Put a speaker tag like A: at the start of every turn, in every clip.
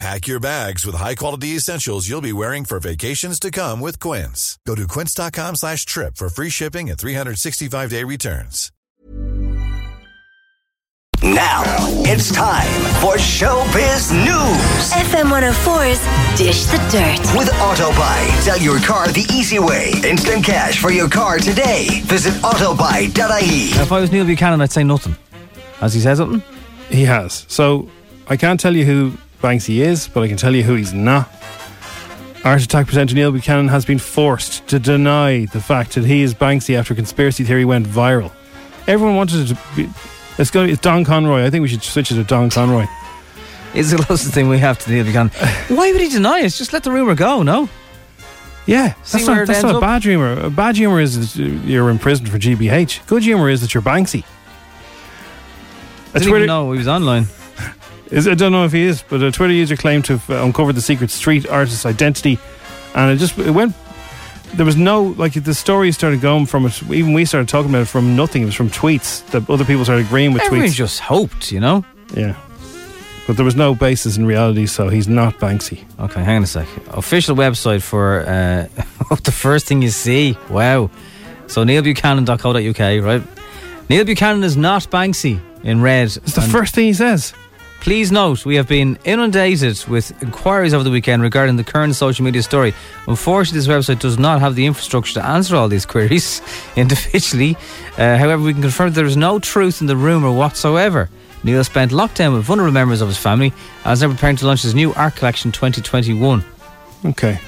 A: Pack your bags with high-quality essentials you'll be wearing for vacations to come with Quince. Go to quince.com slash trip for free shipping and 365-day returns.
B: Now it's time for Showbiz News
C: FM 104's Dish the Dirt.
B: with Autobuy. Sell your car the easy way. Instant cash for your car today. Visit autobuy.ie.
D: Now, if I was Neil Buchanan, I'd say nothing. Has he said something?
E: He has. So I can't tell you who Banksy is, but I can tell you who he's not. Art Attack presenter Neil Buchanan has been forced to deny the fact that he is Banksy after a conspiracy theory went viral. Everyone wanted it to be. It's going. It's Don Conroy. I think we should switch it to Don Conroy.
D: It's the closest thing we have to Neil Buchanan. Why would he deny it? Just let the rumour go, no?
E: Yeah,
D: See
E: that's
D: where
E: not,
D: it
E: that's
D: ends
E: not
D: up?
E: bad humor. Uh, Bad humor is that you're imprisoned for GBH. Good humor is that you're Banksy. A
D: Didn't
E: Twitter-
D: even know he was online.
E: Is, I don't know if he is, but a Twitter user claimed to have uh, uncovered the secret street artist's identity, and it just it went. There was no like the story started going from it. Even we started talking about it from nothing. It was from tweets that other people started agreeing with
D: Everyone
E: tweets.
D: just hoped, you know?
E: yeah, but there was no basis in reality, so he's not Banksy.
D: Okay, hang on a sec. Official website for uh, the first thing you see. Wow. So neilbuchanan.co.uk, right? Neil Buchanan is not Banksy in red.
E: It's the
D: and
E: first thing he says.
D: Please note, we have been inundated with inquiries over the weekend regarding the current social media story. Unfortunately, this website does not have the infrastructure to answer all these queries individually. Uh, however, we can confirm that there is no truth in the rumour whatsoever. Neil spent lockdown with vulnerable members of his family as they're preparing to launch his new art collection 2021.
E: Okay.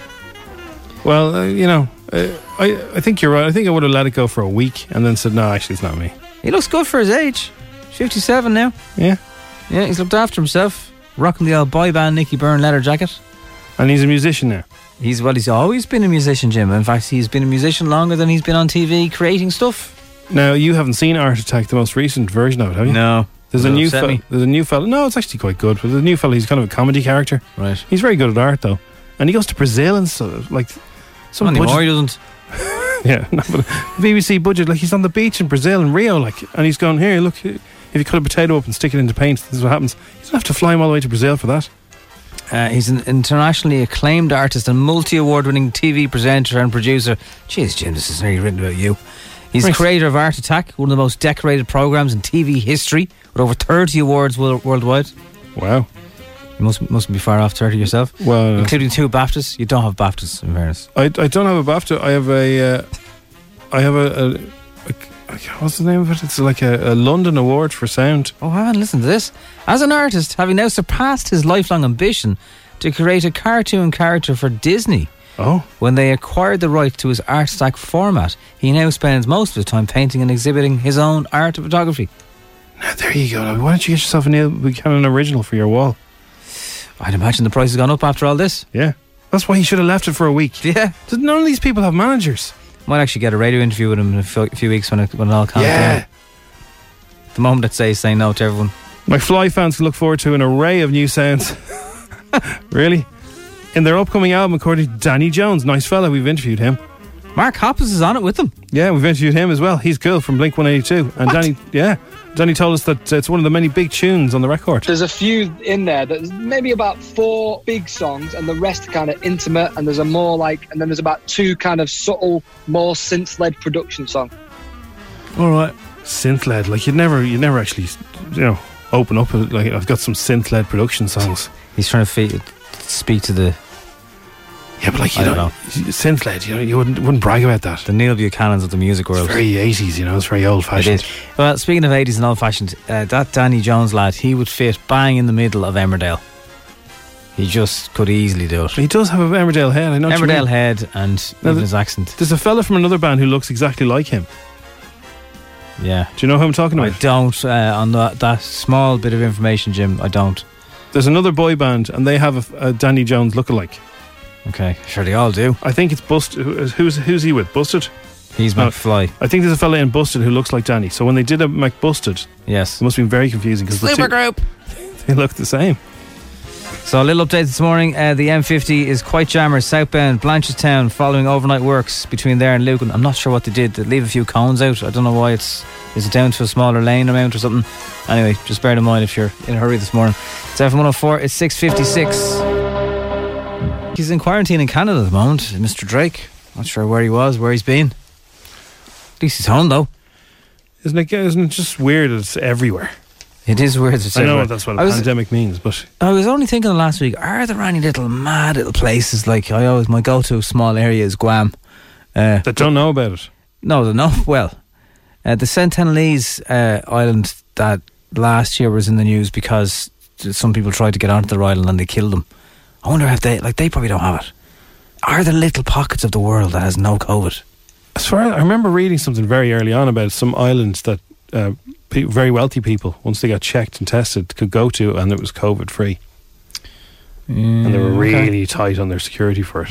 E: Well, uh, you know, uh, I I think you're right. I think I would have let it go for a week and then said, no, actually, it's not me.
D: He looks good for his age. 57 now.
E: Yeah.
D: Yeah, he's looked after himself. Rocking the old boy band Nicky Byrne leather jacket.
E: And he's a musician now.
D: He's well. He's always been a musician, Jim. In fact, he's been a musician longer than he's been on TV creating stuff.
E: Now you haven't seen Art Attack, the most recent version of it, have you?
D: No,
E: There's a new
D: upset
E: fella.
D: me.
E: There's a new fella. No, it's actually quite good. But there's a new fella. He's kind of a comedy character.
D: Right.
E: He's very good at art though, and he goes to Brazil and so like some
D: Not
E: budget.
D: anymore. He doesn't.
E: Yeah, no, but BBC budget. Like he's on the beach in Brazil in Rio, like, and he's going here. Look, if you cut a potato up and stick it into paint, this is what happens. You don't have to fly him all the way to Brazil for that.
D: Uh, he's an internationally acclaimed artist and multi-award-winning TV presenter and producer. Jeez, Jim, this is nearly written about you. He's the
E: Right.
D: creator of Art Attack, one of the most decorated programs in TV history, with over 30 awards wo- worldwide.
E: Wow.
D: You must must be far off 30 yourself.
E: Well, uh,
D: including two Baptists. You don't have Baptists, in fairness.
E: I, I don't have a BAFTA. I have a, uh, I have a, a, a, what's the name of it? It's like a, a London award for sound.
D: Oh, wow, listen to this. As an artist, having now surpassed his lifelong ambition to create a cartoon character for Disney,
E: Oh.
D: when they acquired the rights to his art stack format, he now spends most of his time painting and exhibiting his own art and photography.
E: There you go. Why don't you get yourself a Neil Buchanan original for your wall?
D: I'd imagine the price has gone up after all this.
E: Yeah. That's why he should have left it for a week.
D: Yeah.
E: So None of these people have managers.
D: Might actually get a radio interview with him in a few, few weeks when it, when it all calms down. The moment I'd say is saying no to everyone.
E: My Fly fans can look forward to an array of new sounds. really? In their upcoming album, according to Danny Jones, nice fella, we've interviewed him.
D: Mark Hoppus is on it with them.
E: Yeah, we've interviewed him as well. He's cool from Blink 182. And Danny, yeah, Danny told us that it's one of the many big tunes on the record.
F: There's a few in there. There's maybe about four big songs, and the rest are kind of intimate. And there's a more like, and then there's about two kind of subtle, more synth-led production songs.
E: All right, synth led. Like you'd never, you never actually, you know, open up. with, Like I've got some synth led production songs.
D: He's trying to fe- speak to the
E: Yeah, but like you
D: I don't
E: don't, synth led. You know, you wouldn't wouldn't brag about that.
D: The Neil Buchanan's of the music world.
E: It's very eighties. You know, it's very old
D: It
E: fashioned.
D: is. Well, speaking of 80s and old fashioned, uh, that Danny Jones lad, he would fit bang in the middle of Emmerdale. He just could easily do it.
E: But he does have a Emmerdale head. I know. what you
D: Emmerdale
E: mean.
D: head and
E: Now
D: even
E: the-
D: his accent.
E: There's a fella from another band who looks exactly like him.
D: Yeah.
E: Do you know who I'm talking
D: I
E: about?
D: don't, uh, on that, that small bit of information, Jim, I don't.
E: There's another boy band, and they have a, a Danny Jones lookalike.
D: Okay. Sure, they all do.
E: I think it's Busted. Who's who's he with? Busted.
D: He's
E: No.
D: McFly.
E: I think there's a fella in Busted who looks like Danny. So when they did a McBusted,
D: Yes.
E: it must have been very confusing because the two,
D: group.
E: they look the same.
D: So a little update this morning. Uh, the M50 is quite jammer southbound Blanchardstown following overnight works between there and Lucan. I'm not sure what they did. They leave a few cones out. I don't know why it's is it down to a smaller lane amount or something. Anyway, just bear it in mind if you're in a hurry this morning. It's FM 104. It's 6:56. He's in quarantine in Canada at the moment, Mr. Drake. Not sure where he was, where he's been. At least he's home though.
E: Isn't it? Isn't it just weird? that It's everywhere.
D: It is weird to say.
E: I know
D: where-
E: that's what a
D: I was-
E: pandemic means, but
D: I was only thinking last week, are there any little mad little places like I always my go to small area is Guam. Uh,
E: they don't know about it.
D: no, no, well, uh, the Sentinelese uh, island that last year was in the news because some people tried to get onto their island and they killed them. I wonder if they like they probably don't have it. Are there little pockets of the world that has no COVID?
E: As far as, I remember reading something very early on about some islands that uh, pe- very wealthy people, once they got checked and tested, could go to, and it was COVID free. and they
D: Mm,
E: were really tight on their security for it.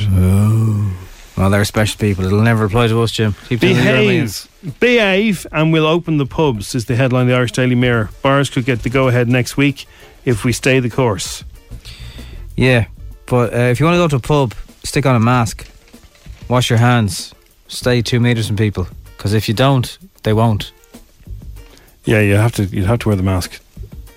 D: Well, they're special people. It'll never apply to us, Jim. Keep doing what you're doing.
E: Behave, behave, and we'll open the pubs. Is the headline of the Irish Daily Mirror? Bars could get the go-ahead next week if we stay the course.
D: Yeah, but uh, if you want to go to a pub, stick on a mask, wash your hands, stay two meters from people. Because if you don't, they won't.
E: Yeah, you have to. You'd have to wear the mask.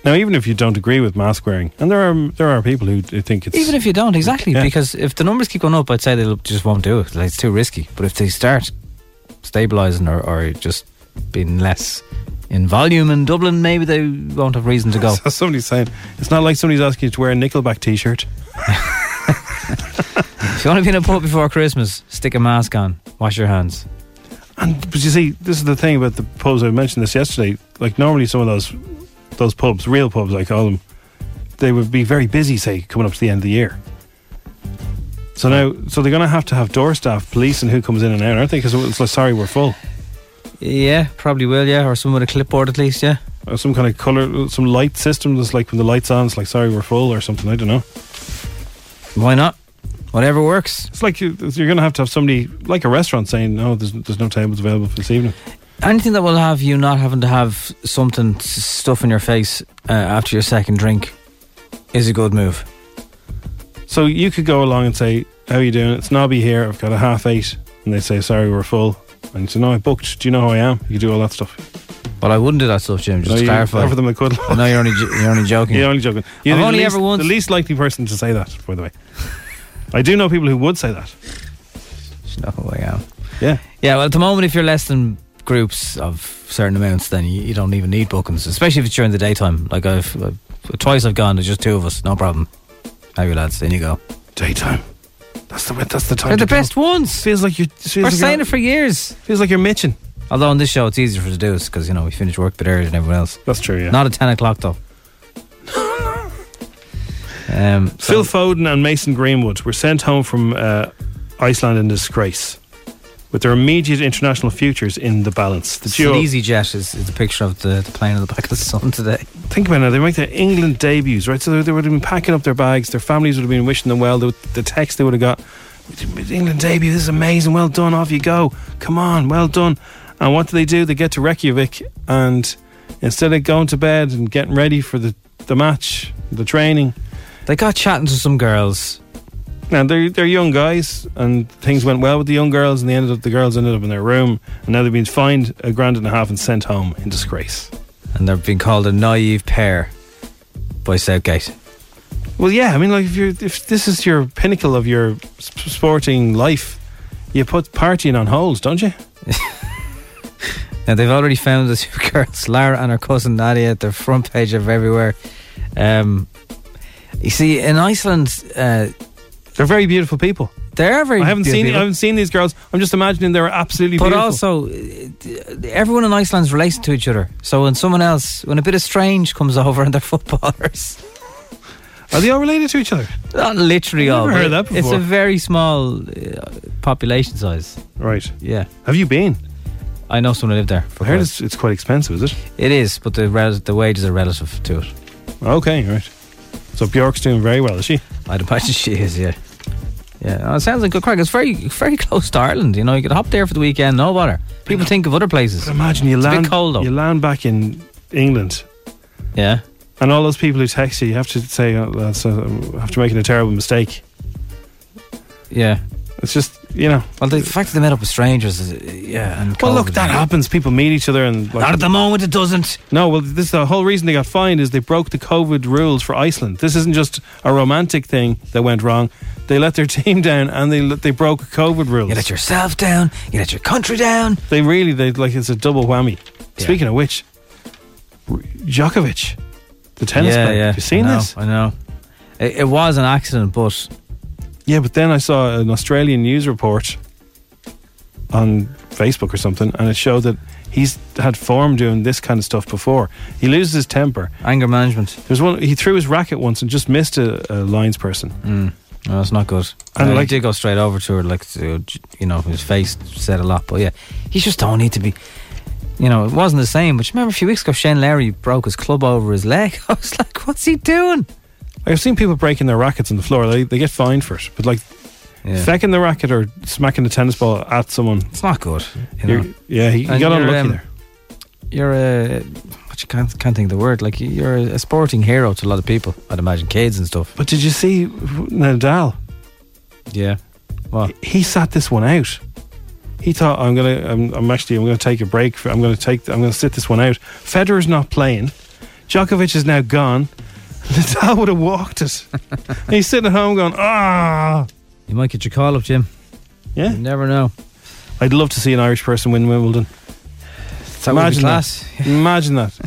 E: Now, even if you don't agree with mask wearing, and there are there are people who, who think it's
D: Even if you don't, exactly.
E: Yeah.
D: Because if the numbers keep going up, I'd say they just won't do it. Like, it's too risky. But if they start stabilising or, or just being less in volume in Dublin, maybe they won't have reason to go.
E: somebody's saying it's not like somebody's asking you to wear a Nickelback T-shirt.
D: if you want to be in a pub before Christmas, stick a mask on, wash your hands.
E: And but you see, this is the thing about the pubs. I mentioned this yesterday. Like normally, some of those those pubs, real pubs, I call them, they would be very busy. Say coming up to the end of the year. So now, so they're going to have to have door staff policing who comes in and out, aren't they? Because it's like, sorry, we're full.
D: Yeah, probably will, yeah. Or someone with a clipboard at least, yeah.
E: Or some kind of color, some light system that's like when the lights on, it's like, sorry, we're full or something. I don't know.
D: Why not? Whatever works.
E: It's like you, you're going to have to have somebody like a restaurant saying, no, there's there's no tables available for this evening.
D: Anything that will have you not having to have something s- stuff in your face uh, after your second drink is a good move.
E: So you could go along and say, "How you doing? It's Nobby here. I've got a half eight. and they say, "Sorry, we're full." And you say, "No, I booked. Do you know who I am?" You do all that stuff.
D: But I wouldn't do that stuff, Jim. Just
E: no,
D: to
E: you
D: clarify.
E: Offer them a cuddle.
D: I know you're only j- you're only joking.
E: You're only joking. You're
D: I've
E: the
D: only
E: least,
D: ever once-
E: the least likely person to say that. By the way, I do know people who would say that.
D: No, I am.
E: Yeah,
D: Yeah. Well, at the moment, if you're less than groups of certain amounts, then you, you don't even need bookings, especially if it's during the daytime. Like I've uh, twice I've gone. There's just two of us. No problem. Have your lads. In you go.
E: daytime. That's the that's the time.
D: They're
E: to
D: the
E: go.
D: best ones.
E: Feels like you're. Feels
D: We're
E: like
D: saying
E: you're,
D: it for years.
E: feels like you're mitching.
D: Although on this show it's easier for us to do this because you know we finish work a bit earlier than everyone else.
E: That's true. Yeah.
D: Not at 10 o'clock, though. um, so-
E: Phil Foden and Mason Greenwood were sent home from uh, Iceland in disgrace, with their immediate international futures in the balance. The duo-
D: Sleazy Jet is, is the picture of the, the plane on the back of the sun today.
E: think about it now, they make their England debuts, right? So they, they would have been packing up their bags, their families would have been wishing them well. The, the text they would have got, England debut, this is amazing, well done, off you go, come on, well done. And what do they do? They get to Reykjavik and instead of going to bed and getting ready for the, the match, the training,
D: They got chatting to some girls.
E: now they're, they're young guys and things went well with the young girls and they ended up, the girls ended up in their room and now they've been fined a grand and a half and sent home in disgrace.
D: And they're being called a naive pair by Southgate.
E: Well, yeah, I mean, like if you're if this is your pinnacle of your s- sporting life, you put partying on hold, don't you?
D: Now, they've already found the two girls, Lara and her cousin Nadia, at the front page of everywhere. Um, you see, in Iceland, uh,
E: They're very beautiful people.
D: They are very
E: I haven't seen. I
D: beautiful.
E: haven't seen these girls. I'm just imagining they were absolutely.
D: But
E: beautiful.
D: also, uh, everyone in Iceland's related to each other. So when someone else, when a bit of strange comes over and they're footballers,
E: are they all related to each other?
D: not literally
E: I've
D: all.
E: never
D: but
E: heard that
D: It's a
E: before.
D: very small uh, population size.
E: Right.
D: Yeah,
E: Have you been?
D: I know someone who lived there.
E: I heard it's, it's quite expensive, is it?
D: It is, but the rel- the wages are relative to it.
E: Okay, right. So Bjork's doing very well, is she?
D: I'd imagine she is. Yeah, yeah. Oh, it sounds like good crack. It's very very close to Ireland. You know, you could hop there for the weekend. No bother. People think of other places.
E: Imagine you
D: It's a bit
E: land.
D: cold, though.
E: You land back in England,
D: Yeah.
E: and all those people who text you, you have to say, oh, "That's uh, after making a terrible mistake."
D: Yeah.
E: It's just you know.
D: Well, the fact that they met up with strangers is, yeah. And
E: Well, look,
D: COVID.
E: that happens. People meet each other, and like,
D: Not at the moment, it doesn't.
E: No, well, this is the whole reason they got fined is they broke the COVID rules for Iceland. This isn't just a romantic thing that went wrong. They let their team down and they let- they broke COVID rules.
D: You let yourself down. You let your country down.
E: they really they like it's a double whammy.
D: Yeah.
E: Speaking of which, R- Djokovic, the tennis player, have you seen
D: I know,
E: this?
D: I know. It, it was an accident, but
E: Yeah, but then I saw an Australian news report on Facebook or something, and it showed that he's had form doing this kind of stuff before. He loses his temper.
D: anger management.
E: There's one he threw his racket once and just missed a, a lines person.
D: Mm. No, it's not good.
E: And
D: And
E: like-
D: like, Uh, he did go straight over to her, like to, you know, his face said a lot. But yeah, he just don't need to be. You know, it wasn't the same. But you remember a few weeks ago, Shane Larry broke his club over his leg. I was like, what's he doing?
E: I've seen people breaking their rackets on the floor. They, they get fined for it. But like
D: Yeah.
E: fecking the racket or smacking the tennis ball at someone,
D: it's not good. You know,
E: you're, yeah, he, he
D: And
E: got
D: you're,
E: unlucky
D: um,
E: there.
D: you're a what you can't can't think of the word. Like you're a sporting hero to a lot of people. I'd imagine kids and stuff.
E: But did you see Nadal?
D: Yeah. Well,
E: He sat this one out. He thought I'm gonna. I'm, I'm actually. I'm gonna take a break. for- I'm gonna take. I'm gonna sit this one out. Federer's not playing. Djokovic is now gone. Nadal would have walked it. He's sitting at home going, ah.
D: you might get your call up, Jim.
E: Yeah,
D: You never know.
E: I'd love to see an Irish person win Wimbledon.
D: That would be
E: Imagine that.
D: class.
E: Imagine that.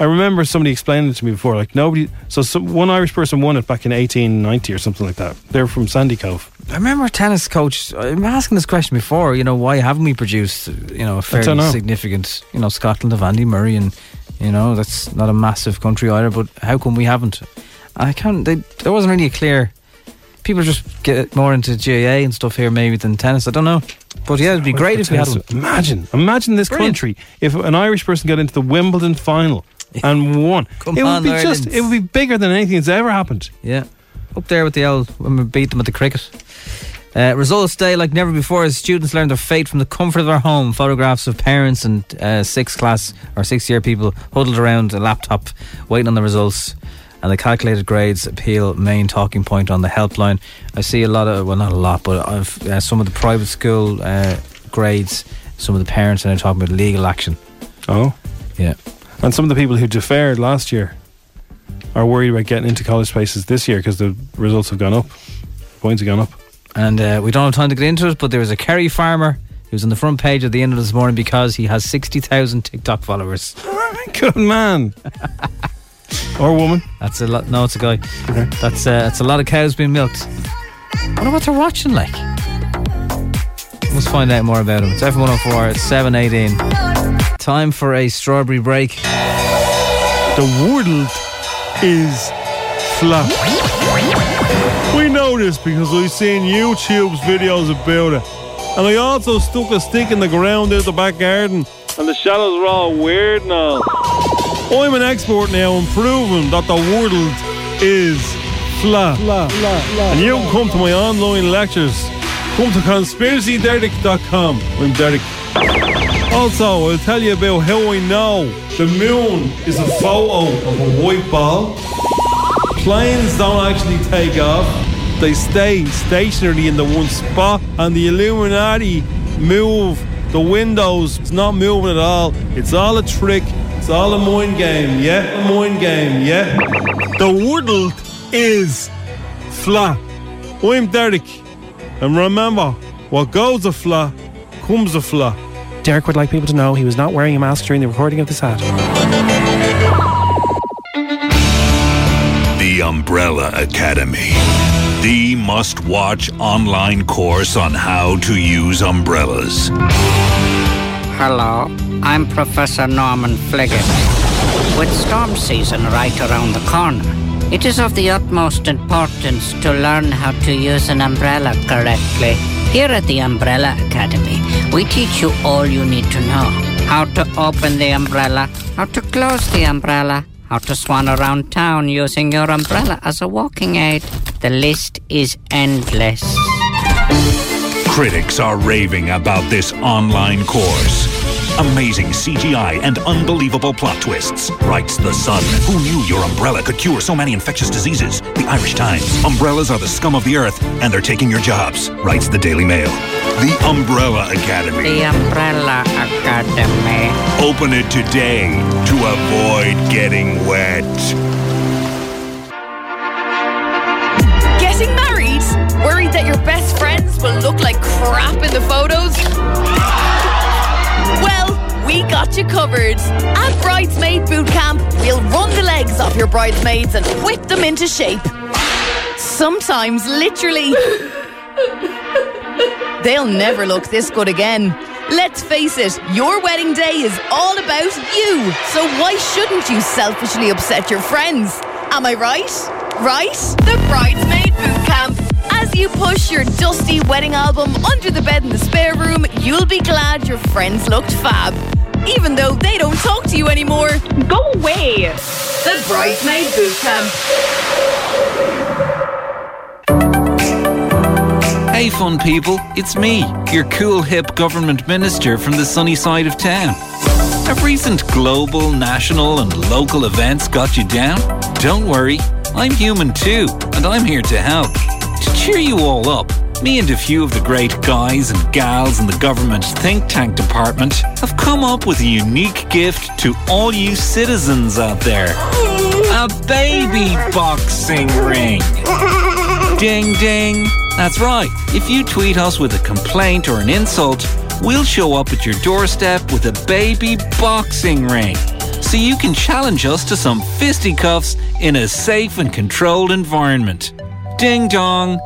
E: I remember somebody explaining it to me before. Like nobody, so some, one Irish person won it back in 1890 or something like that. They're from Sandy Cove.
D: I remember a tennis coach. I'm asking this question before. You know, why haven't we produced you know a
E: don't
D: fairly
E: know.
D: significant you know Scotland of Andy Murray and you know that's not a massive country either. But how come we haven't? I can't. They, there wasn't really a clear. People just get more into GAA and stuff here maybe than tennis. I don't know. But yeah, it'd be great if we had one.
E: Imagine, imagine this
D: Brilliant.
E: country if an Irish person got into the Wimbledon final and won.
D: Come
E: it would
D: on,
E: be
D: Ireland.
E: just, it would be bigger than anything that's ever happened.
D: Yeah. Up there with the old when we beat them at the cricket. Uh, results day like never before as students learn their fate from the comfort of their home. Photographs of parents and uh, sixth class or sixth year people huddled around a laptop waiting on the results. And the calculated grades appeal main talking point on the helpline. I see a lot of, well, not a lot, but I've, uh, some of the private school uh, grades, some of the parents are now talking about legal action.
E: Oh,
D: Yeah.
E: and some of the people who deferred last year are worried about getting into college spaces this year because the results have gone up, points have gone up.
D: And uh, we don't have time to get into it, but there was a Kerry farmer who was on the front page at the end of this morning because he has 60,000 TikTok followers.
E: Good man, or woman.
D: That's a lot. No, it's a guy. That's, uh, that's a lot of cows being milked. I wonder what they're watching like. Let's find out more about him. It's F104, it's 718. Time for a strawberry break.
E: The world is flat. We know this because we've seen YouTube's videos about it. And I also stuck a stick in the ground out the back garden, and the shadows are all weird now. I'm an expert now in proving that the world is flat. and you can come to my online lectures. Come to conspiracyderek.com. I'm Derek. Also, I'll tell you about how I know the moon is a photo of a white ball. Planes don't actually take off, they stay stationary in the one spot, and the Illuminati move the windows. It's not moving at all. It's all a trick. It's all a mind game, yeah? A mind game, yeah? The world is flat. I'm Derek, and remember, what goes a flat comes a flat.
G: Derek would like people to know he was not wearing a mask during the recording of this ad.
H: The Umbrella Academy. The must watch online course on how to use umbrellas.
I: Hello, I'm Professor Norman Fliggett. With storm season right around the corner, it is of the utmost importance to learn how to use an umbrella correctly. Here at the Umbrella Academy, we teach you all you need to know how to open the umbrella, how to close the umbrella, how to swan around town using your umbrella as a walking aid. The list is endless.
H: Critics are raving about this online course. Amazing CGI and unbelievable plot twists, writes The Sun. Who knew your umbrella could cure so many infectious diseases? The Irish Times. Umbrellas are the scum of the earth, and they're taking your jobs, writes The Daily Mail. The Umbrella Academy.
I: The Umbrella Academy.
H: Open it today to avoid getting wet.
J: Getting married? Worried that your best friends will look like crap in the photos? Well, we got you covered. At Bridesmaid Boot Camp, we'll run the legs off your bridesmaids and whip them into shape. Sometimes, literally. They'll never look this good again. Let's face it, your wedding day is all about you. So why shouldn't you selfishly upset your friends? Am I right? Right? The Bridesmaid Boot Camp. As you push your dusty wedding album under the bed in the spare room, you'll be glad your friends looked fab. Even though they don't talk to you anymore. Go away. The Bridesmaid Boot Camp.
K: Hey, fun people, it's me, your cool hip government minister from the sunny side of town. Have recent global, national, and local events got you down? Don't worry, I'm human too, and I'm here to help. To cheer you all up, me and a few of the great guys and gals in the government think tank department have come up with a unique gift to all you citizens out there a baby boxing ring. Ding ding. That's right. If you tweet us with a complaint or an insult, we'll show up at your doorstep with a baby boxing ring. So you can challenge us to some fisticuffs in a safe and controlled environment. Ding dong.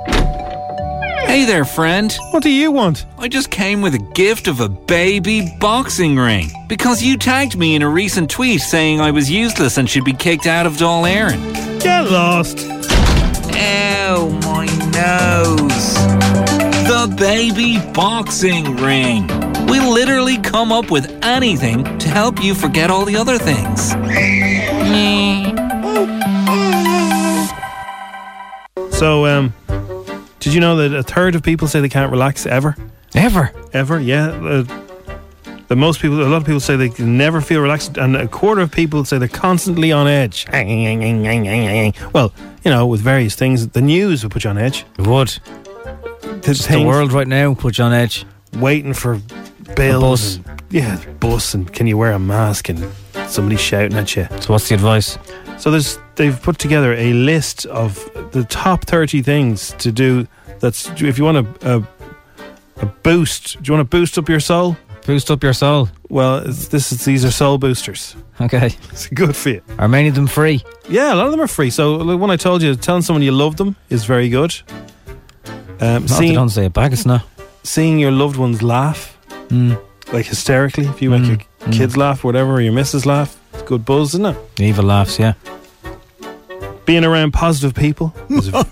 K: Hey there, friend. What do you want? I just came with a gift of a baby boxing ring because you tagged me in a recent tweet saying I was useless and should be kicked out of Doll Aaron. Get lost. Ow, my nose. The baby boxing ring. We literally come up with anything to help you forget all the other things.
E: So, um, did you know that a third of people say they can't relax ever? Ever? Ever? Yeah. Uh, the most people, a lot of people say they can never feel relaxed, and a quarter of people say they're constantly on edge. Well, you know, with various things, the news would put you on edge. It would.
D: Just the world
E: right now put you on edge. Waiting for bills. and- yeah, bus, and can you wear a mask? And somebody shouting at you. So, what's the advice? So, there's they've put together a list of the top 30 things to do. That's if you want to. Uh, a boost. Do you want to boost up your soul? Boost up your soul. Well, it's, this is these are soul boosters. Okay, it's good for you. Are many of them free? Yeah, a lot of them are free. So the one I told you, telling someone you love them is very good. Um,
D: if they don't say it back, it's not. Hmm.
E: Seeing your loved ones laugh, like hysterically, if you make your kids laugh, whatever, or your missus laugh, it's good buzz, isn't it? Evil laughs, yeah. Being around positive people. is a-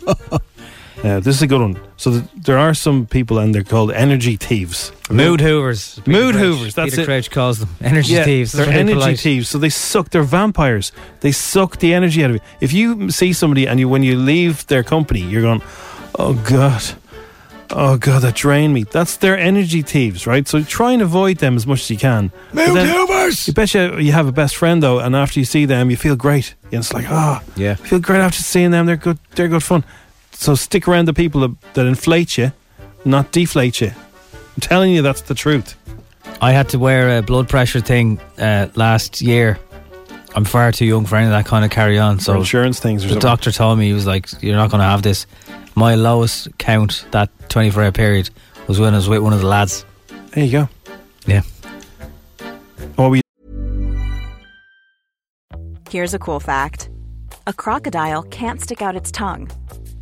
E: Uh, this is a good one. So th- there are some people, and they're called energy thieves.
D: Mood hoovers. Peter
E: Mood
D: Crouch-
E: hoovers. That's
D: Peter
E: it.
D: Crouch calls them energy
E: Yeah,
D: thieves.
E: They're
D: That's very
E: energy
D: polite.
E: thieves. So they suck. They're vampires. They suck the energy out of you. If you see somebody and you, when you leave their company, you're going, oh god, oh god, that drained me. That's their energy thieves, right? So try and avoid them as much as you can. But
L: Mood
E: then- You bet you you have a best friend though, and after you see them, you feel great. And it's like, ah,
D: Yeah.
E: I feel great after seeing them. They're good. They're good fun. So stick around the people that, that inflate you, not deflate you. I'm telling you, that's the truth.
D: I had to wear a blood pressure thing uh, last year. I'm far too young for any of that kind of carry on. So
E: Or insurance things or
D: the
E: something.
D: doctor told me he was like, "You're not going to have this." My lowest count that 24 hour period was when I was with one of the lads.
E: There you go.
D: Yeah.
E: Oh, we
M: Here's a cool fact a crocodile can't stick out its tongue.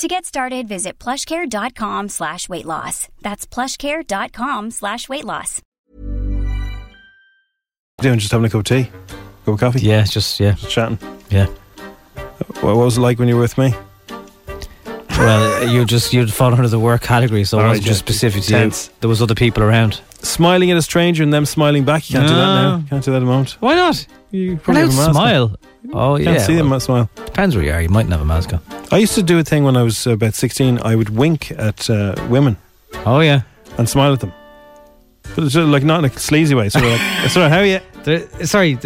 N: To get started, visit plushcare.com slash weight loss. That's plushcare.com slash weight loss.
E: Doing just having a cup of tea, cup of coffee.
D: Yeah, just yeah, just
E: chatting.
D: Yeah.
E: What was it like when you were with me?
D: Well, Uh, you just you'd fall under the work category, so it
E: All
D: wasn't
E: right,
D: just
E: yeah.
D: specific to
E: Tense.
D: you. There was other people around.
E: Smiling at a stranger and them smiling back. You can't do that
D: No.
E: now. Can't do that at the moment.
D: Ah. Why not?
E: You
D: Allowed
E: probably have a mask on.
D: smile. Oh
E: Can't
D: yeah.
E: see them
D: well,
E: not smile.
D: Depends where you are. You mightn't have a mask on.
E: I used to do a thing when I was uh, about 16. I would wink at uh, women.
D: Oh, yeah.
E: And smile at them. But it's sort of like not in a sleazy way. Sort of like, sorry, how are you?
D: sorry,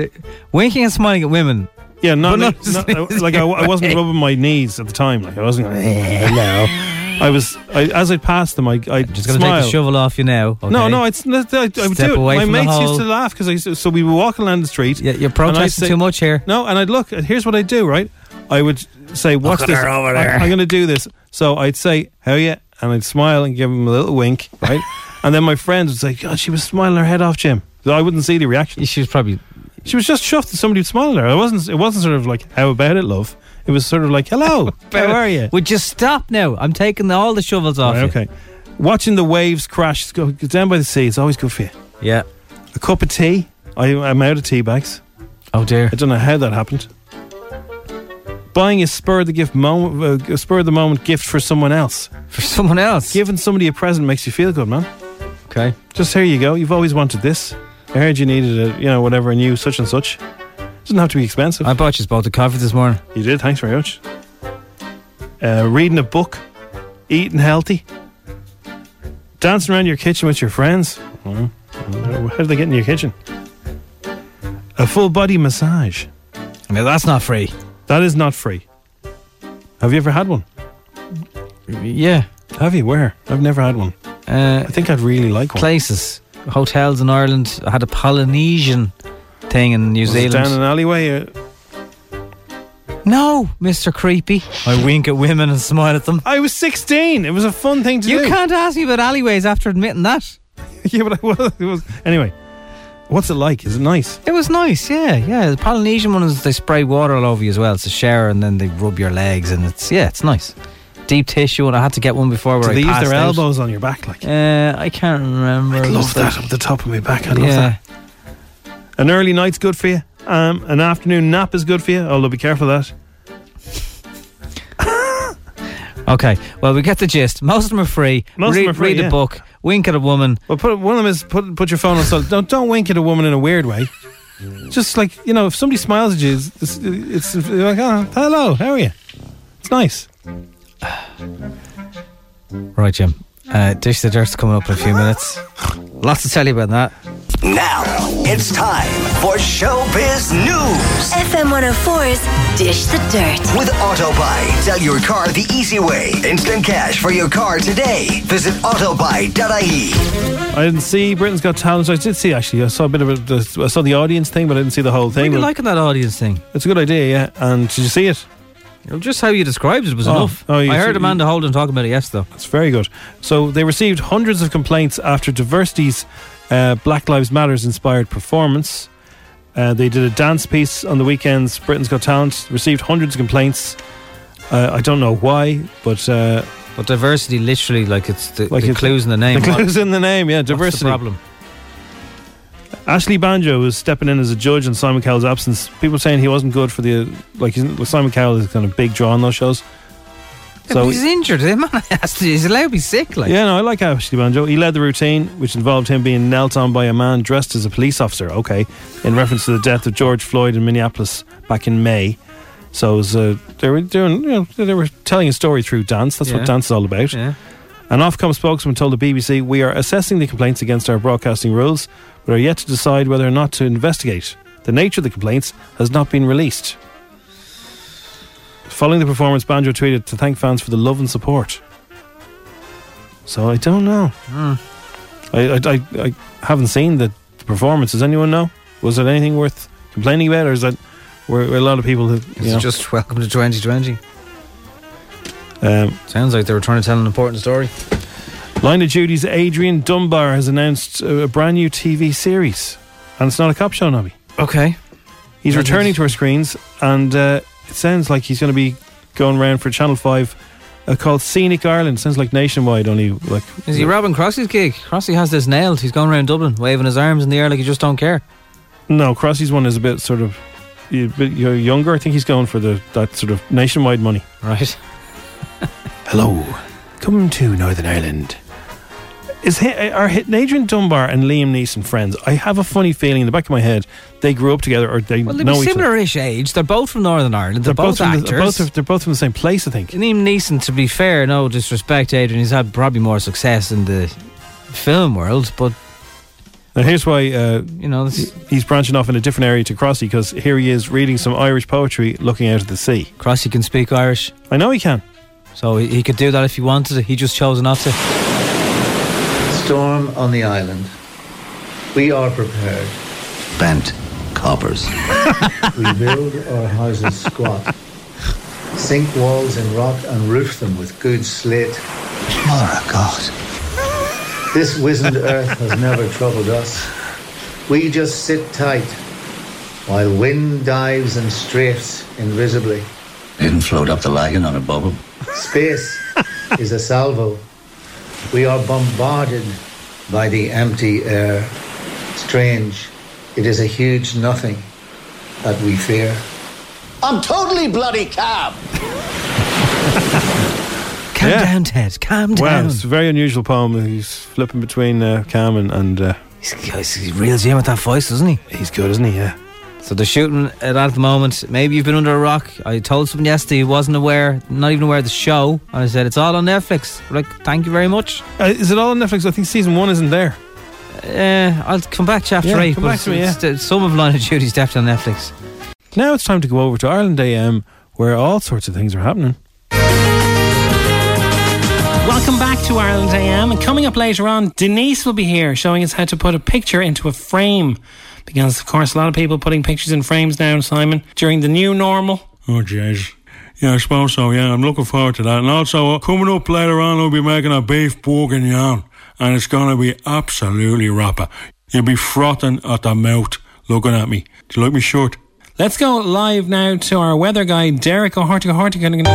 D: winking and smiling at women.
E: Yeah, not,
D: But
E: in a-
D: not-
E: not- like I, I wasn't rubbing my knees at the time. Like I wasn't going, "Eh, hello. I was, I, as I passed them, I, I
D: Just
E: just
D: gonna
E: smile.
D: take the shovel off you now.
E: No,
D: okay?
E: no, it's not, I, I would do
D: Step
E: it.
D: away
E: My
D: from the
E: mates used
D: hole.
E: to laugh because I used to- so we were walking down the street. Yeah,
D: you're protesting too much here.
E: No, and I'd look. and Here's what I'd do. Right, I would say, "What's
D: at
E: this?
D: her over
E: I-
D: there."
E: I'm going to do this." So I'd say, "How you?" And I'd smile and give him a little wink. Right, and then my friends would say, "God, she was smiling her head off, Jim." So I wouldn't see the reaction.
D: She was probably.
E: She was just chuffed that somebody would smile at her. It wasn't. It wasn't sort of like, "How about it, love?" It was sort of like, "Hello, how are you?"
D: Would you stop now? I'm taking the, all the shovels off.
E: Right,
D: you.
E: okay. Watching the waves crash, it's go down by the sea. It's always good for you.
D: Yeah.
E: A cup of tea. I, I'm out of tea bags.
D: Oh dear.
E: I don't know how that happened. Buying a spur of the gift moment, uh, a spur of the moment gift for someone else.
D: For someone else.
E: Giving somebody a present makes you feel good, man.
D: Okay.
E: Just here you go. You've always wanted this. I heard you needed a, you know, whatever, and you such and such. Doesn't have to be expensive.
D: I bought you both a coffee this morning.
E: You did. Thanks very much. Uh, reading a book, eating healthy, dancing around your kitchen with your friends. Mm. How do they get in your kitchen? A full body massage.
D: Now that's not free.
E: That is not free. Have you ever had one?
D: Yeah.
E: Have you? Where? I've never had one.
D: Uh,
E: I think I'd really like one.
D: Places, hotels in Ireland. I had a Polynesian thing in New
E: Was it
D: Zealand.
E: down an alleyway. Uh,
D: No, Mr. Creepy. I wink at women and smile at them.
E: I was 16. It was a fun thing to
D: you
E: do.
D: can't ask me about alleyways after admitting that.
E: yeah, but I was, it was. Anyway, what's it like? Is it nice?
D: It was nice, yeah, yeah. The Polynesian one is they spray water all over you as well. It's a shower and then they rub your legs and it's yeah, it's nice. Deep tissue and I had to get one before where
E: Do
D: I
E: they use
D: passed
E: their
D: out.
E: elbows on your back? Like,
D: Uh, I can't remember.
E: I
D: It
E: love
D: was like-
E: that up the top of my back. I love
D: Yeah.
E: that. An early night's good for you. Um, an afternoon nap is good for you. Although be careful of that.
D: Okay. Well, we get the gist. Most of them are free.
E: Most of
D: read,
E: them are free,
D: Read
E: yeah.
D: a book. Wink at a woman.
E: Well, put one of them is put put your phone on silent. Don't don't wink at a woman in a weird way. Just like you know, if somebody smiles at you, it's, it's, it's like, oh, hello, how are you? It's nice.
D: Right, Jim. Uh, Dish the Dirt's coming up in a few minutes. Lots to tell you about that.
B: Now it's time for Showbiz News.
C: FM 104's Dish the Dirt.
B: With Autobuy, sell your car the easy way. Instant cash for your car today. Visit autobuy.ie.
E: I didn't see Britain's Got Talent. I did see actually. I saw a bit of it. the- I saw the audience thing, but I didn't see the whole thing.
D: Really
E: But
D: liking that audience thing.
E: it's a good idea, yeah. And did you see it?
D: Just how you described it was
E: Oh,
D: enough.
E: oh, you
D: I heard
E: see-
D: Amanda Holden talking about it yesterday.
E: It's very good. So they received hundreds of complaints after diversity's uh, Black Lives Matters inspired performance. Uh, they did a dance piece on the weekends, Britain's Got Talent, received hundreds of complaints. Uh, I don't know why, but. Uh,
D: but diversity, literally, like it's the,
E: Like
D: the
E: it's-
D: clues in the name.
E: the
D: What-
E: clues in the name, yeah,
D: what's the
E: diversity.
D: problem?
E: Ashley Banjo was stepping in as a judge in Simon Cowell's absence. People saying he wasn't good for the like he's, well, Simon Cowell is kind of big draw on those shows.
D: Yeah, but he's injured. eh, man has to. He's allowed to be sick. Like
E: yeah, no, I like Ashley Banjo. He led the routine, which involved him being knelt on by a man dressed as a police officer. Okay, in reference to the death of George Floyd in Minneapolis back in May. So it was, uh, they were doing, you know, they were telling a story through dance. That's
D: Yeah.
E: what dance is all about. An Ofcom spokesman told the BBC, "We are assessing the complaints against our broadcasting rules, but are yet to decide whether or not to investigate. The nature of the complaints has not been released." Following the performance, Banjo tweeted to thank fans for the love and support. So I don't know. I, I, I, I haven't seen the performance. Does anyone know? Was it anything worth complaining about, or is that were, were a lot of people who
D: It's
E: you know,
D: just welcome to 2020.
E: Um,
D: Sounds like they were trying to tell an important story.
E: Line of Duty's Adrian Dunbar has announced a, a brand new TV series, and it's not a cop show, Nobby.
D: Okay.
E: He's
D: That
E: returning
D: is-
E: to our screens, and uh, it sounds like he's going to be going around for Channel 5 uh, called Scenic Ireland. Sounds like nationwide, only like.
D: Is he Robin Crossy's gig? Crossy has this nailed. He's going around Dublin, waving his arms in the air like he just don't care.
E: No, Crossy's one is a bit sort of. A bit you're younger. I think he's going for the that sort of nationwide money.
D: Right.
E: Hello. Come to Northern Ireland. Is he, are he- Adrian Dunbar and Liam Neeson friends? I have a funny feeling in the back of my head they grew up together or they
D: Well, they're
E: know each other.
D: similar-ish age. They're both from Northern Ireland. They're, both,
E: from the-
D: actors.
E: they're both they're both from the same place, I think.
D: Liam Neeson, to be fair, no disrespect, Adrian, he's had probably more success in the film world, but
E: Now here's why uh,
D: you know
E: he's branching off in a different area to Crossy because here he is reading some Irish poetry, looking out at the sea.
D: Crossy can speak Irish.
E: I know he can.
D: So he, he could do that if he wanted to. He just chose not to.
O: Storm on the island. We are prepared. Bent coppers. we build our houses squat. Sink walls in rock and roof them with good slate. Mother of God. This wizened earth has never troubled us. We just sit tight while wind dives and strafes invisibly.
P: Didn't float up the lagoon on a bubble.
O: Space is a salvo. We are bombarded by the empty air. Strange, it is a huge nothing that we fear.
B: I'm totally bloody cab.
D: Calm down, Ted. Calm
E: Wow,
D: down.
E: it's a very unusual poem. He's flipping between uh, calm and. and uh,
D: he's, he reels you in with that voice, doesn't he?
E: He's good, isn't he? Yeah.
D: So they're shooting it at the moment. Maybe you've been under a rock. I told someone yesterday he wasn't aware, not even aware of the show. And I said, it's all on Netflix. We're like, thank you very much.
E: Uh, is it all on Netflix? I think season one isn't there.
D: Uh, I'll come back to you after
E: Yeah,
D: eight.
E: come
D: but
E: back to me,
D: it's- it's- Some of Line of Duty is definitely on Netflix.
E: Now it's time to go over to Ireland AM, where all sorts of things are happening.
K: Welcome back to Ireland AM. And coming up later on, Denise will be here showing us how to put a picture into a frame. Because, of course, a lot of people putting pictures in frames now, Simon, during the new normal.
Q: Oh, jeez. Yeah, I suppose so, yeah. I'm looking forward to that. And also, uh, coming up later on, we'll be making a beef bourguignon, and it's going to be absolutely rapper. You'll be frothing at the mouth looking at me. Do you like me shirt?
K: Let's go live now to our weather guy, Derek O'Hartigan. O'Hartigan.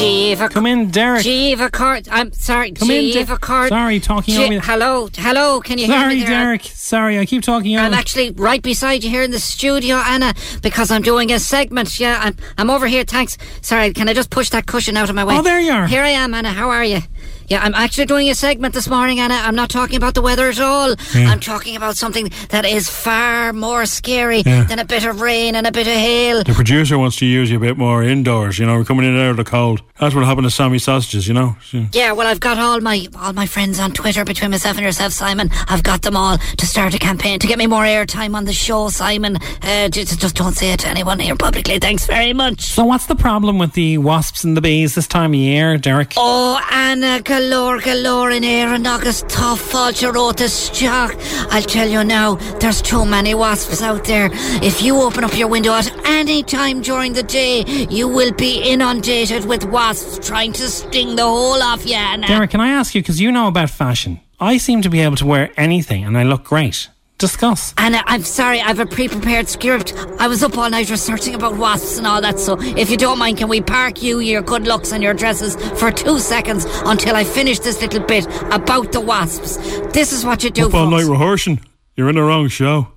R: Jeeva,
K: Come in, Derek.
R: Jeeva Cart. I'm sorry,
K: Come in, Derek.
R: Jeeva Cart.
K: Sorry, talking
R: Je-
K: over you.
R: Hello, hello. Can you
K: Sorry,
R: hear me? there?
K: Derek. Sorry, I keep talking over
R: I'm actually right beside you here in the studio, Anna, because I'm doing a segment. Yeah, I'm, I'm over here. Thanks. Sorry, can I just push that cushion out of my way?
K: Oh, there you are.
R: Here I am, Anna. How are you? Yeah, I'm actually doing a segment this morning, Anna. I'm not talking about the weather at all.
K: Yeah.
R: I'm talking about something that is far more scary
Q: Yeah.
R: than a bit of rain and a bit of hail.
Q: The producer wants to use you a bit more indoors, you know, we're coming in and out of the cold. That's what happened to Sammy Sausages, you know? So-
R: Yeah, well, I've got all my all my friends on Twitter between myself and yourself, Simon. I've got them all to start a campaign to get me more airtime on the show, Simon. Uh, just, just don't say it to anyone here publicly. Thanks very much.
K: So, what's the problem with the wasps and the bees this time of year, Derek?
R: Oh, Anna galore, galore in here, and August tough falter wrote this shock. I'll tell you now, there's too many wasps out there. If you open up your window at any time during the day, you will be inundated with wasps trying to sting the whole off you, Anna.
K: Derek, can I ask you, because you know about fashion.
G: I seem to be able to wear anything and I look great. Discuss.
R: Anna, I'm sorry, I have a pre prepared script. I was up all night researching about wasps and all that, so if you don't mind, can we park you, your good looks, and your dresses for two seconds until I finish this little bit about the wasps? This is what you do.
Q: Up all night rehearsing. You're in the wrong show.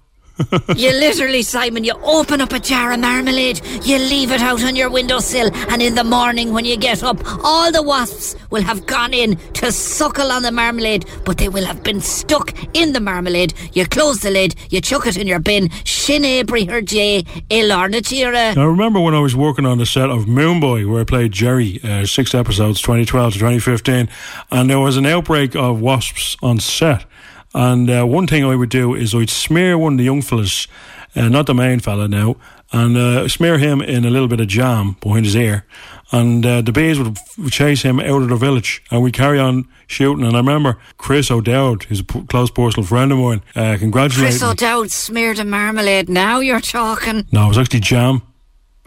R: You literally, Simon, you open up a jar of marmalade, you leave it out on your windowsill, and in the morning when you get up, all the wasps will have gone in to suckle on the marmalade, but they will have been stuck in the marmalade. You close the lid, you chuck it in your bin, shinabri her jay, ilarnatira.
Q: I remember when I was working on the set of Moonboy, where I played Jerry, uh, six episodes, 2012 to 2015, and there was an outbreak of wasps on set. And uh, one thing I would do is I'd smear one of the young fellas, uh, not the main fella now, and uh, smear him in a little bit of jam behind his ear. And uh, the bees would f- chase him out of the village, and we'd carry on shooting. And I remember Chris O'Dowd, who's a p- close personal friend of mine, uh, congratulated
R: Chris
Q: me.
R: O'Dowd smeared a marmalade. Now you're talking.
Q: No, it was actually jam,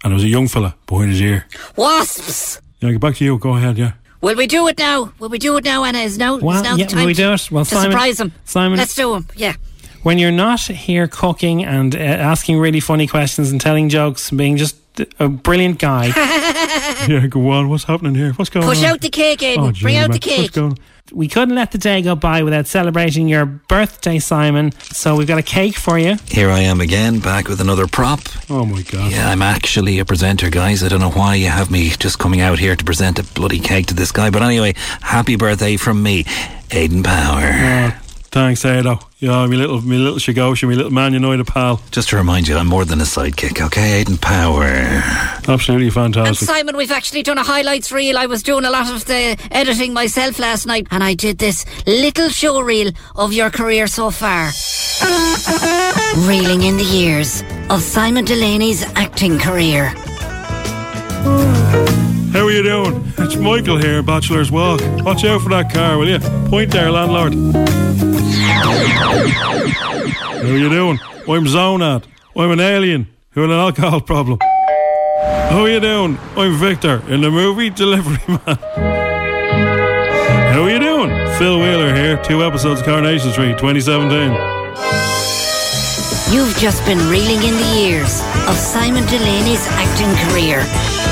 Q: and it was a young fella behind his ear.
R: Wasps!
Q: Yeah, get back to you. Go ahead, yeah.
R: Will we do it now? Will we do it now, Anna? Is now,
G: Well,
R: is now
G: yeah,
R: the time
G: will we do it? Well,
R: to
G: Simon-
R: surprise them.
G: Simon-
R: Let's do them, yeah.
G: When you're not here cooking and uh, asking really funny questions and telling jokes and being just a brilliant guy.
Q: yeah, go on. What's happening here? What's going
R: Push
Q: on?
R: out the cake, Aidan.
Q: Oh,
R: Bring out the
Q: Jeremy, what's
R: cake.
Q: going on?
G: We couldn't let the day go by without celebrating your birthday, Simon. So we've got a cake for you.
K: Here I am again, back with another prop.
Q: Oh my god.
K: Yeah, I'm actually a presenter, guys. I don't know why you have me just coming out here to present a bloody cake to this guy. But anyway, happy birthday from me, Aiden Power.
Q: Yeah, thanks, Edo. Yeah, me little, me little Shigosha, me little Man United pal.
K: Just to remind you, I'm more than a sidekick, okay? Aiden Power.
Q: Absolutely
R: And
Q: fantastic.
R: Simon, we've actually done a highlights reel. I was doing a lot of the editing myself last night, and I did this little show reel of your career so far. Reeling in the years of Simon Delaney's acting career.
Q: How are you doing? It's Michael here, Bachelor's Walk. Watch out for that car, will you? Point there, landlord. How are you doing? I'm Zonad. I'm an alien who had an alcohol problem. How are you doing? I'm Victor in the movie Delivery Man. How are you doing? Phil Wheeler here, two episodes of Coronation Street 2017.
R: You've just been reeling in the years of Simon Delaney's acting career.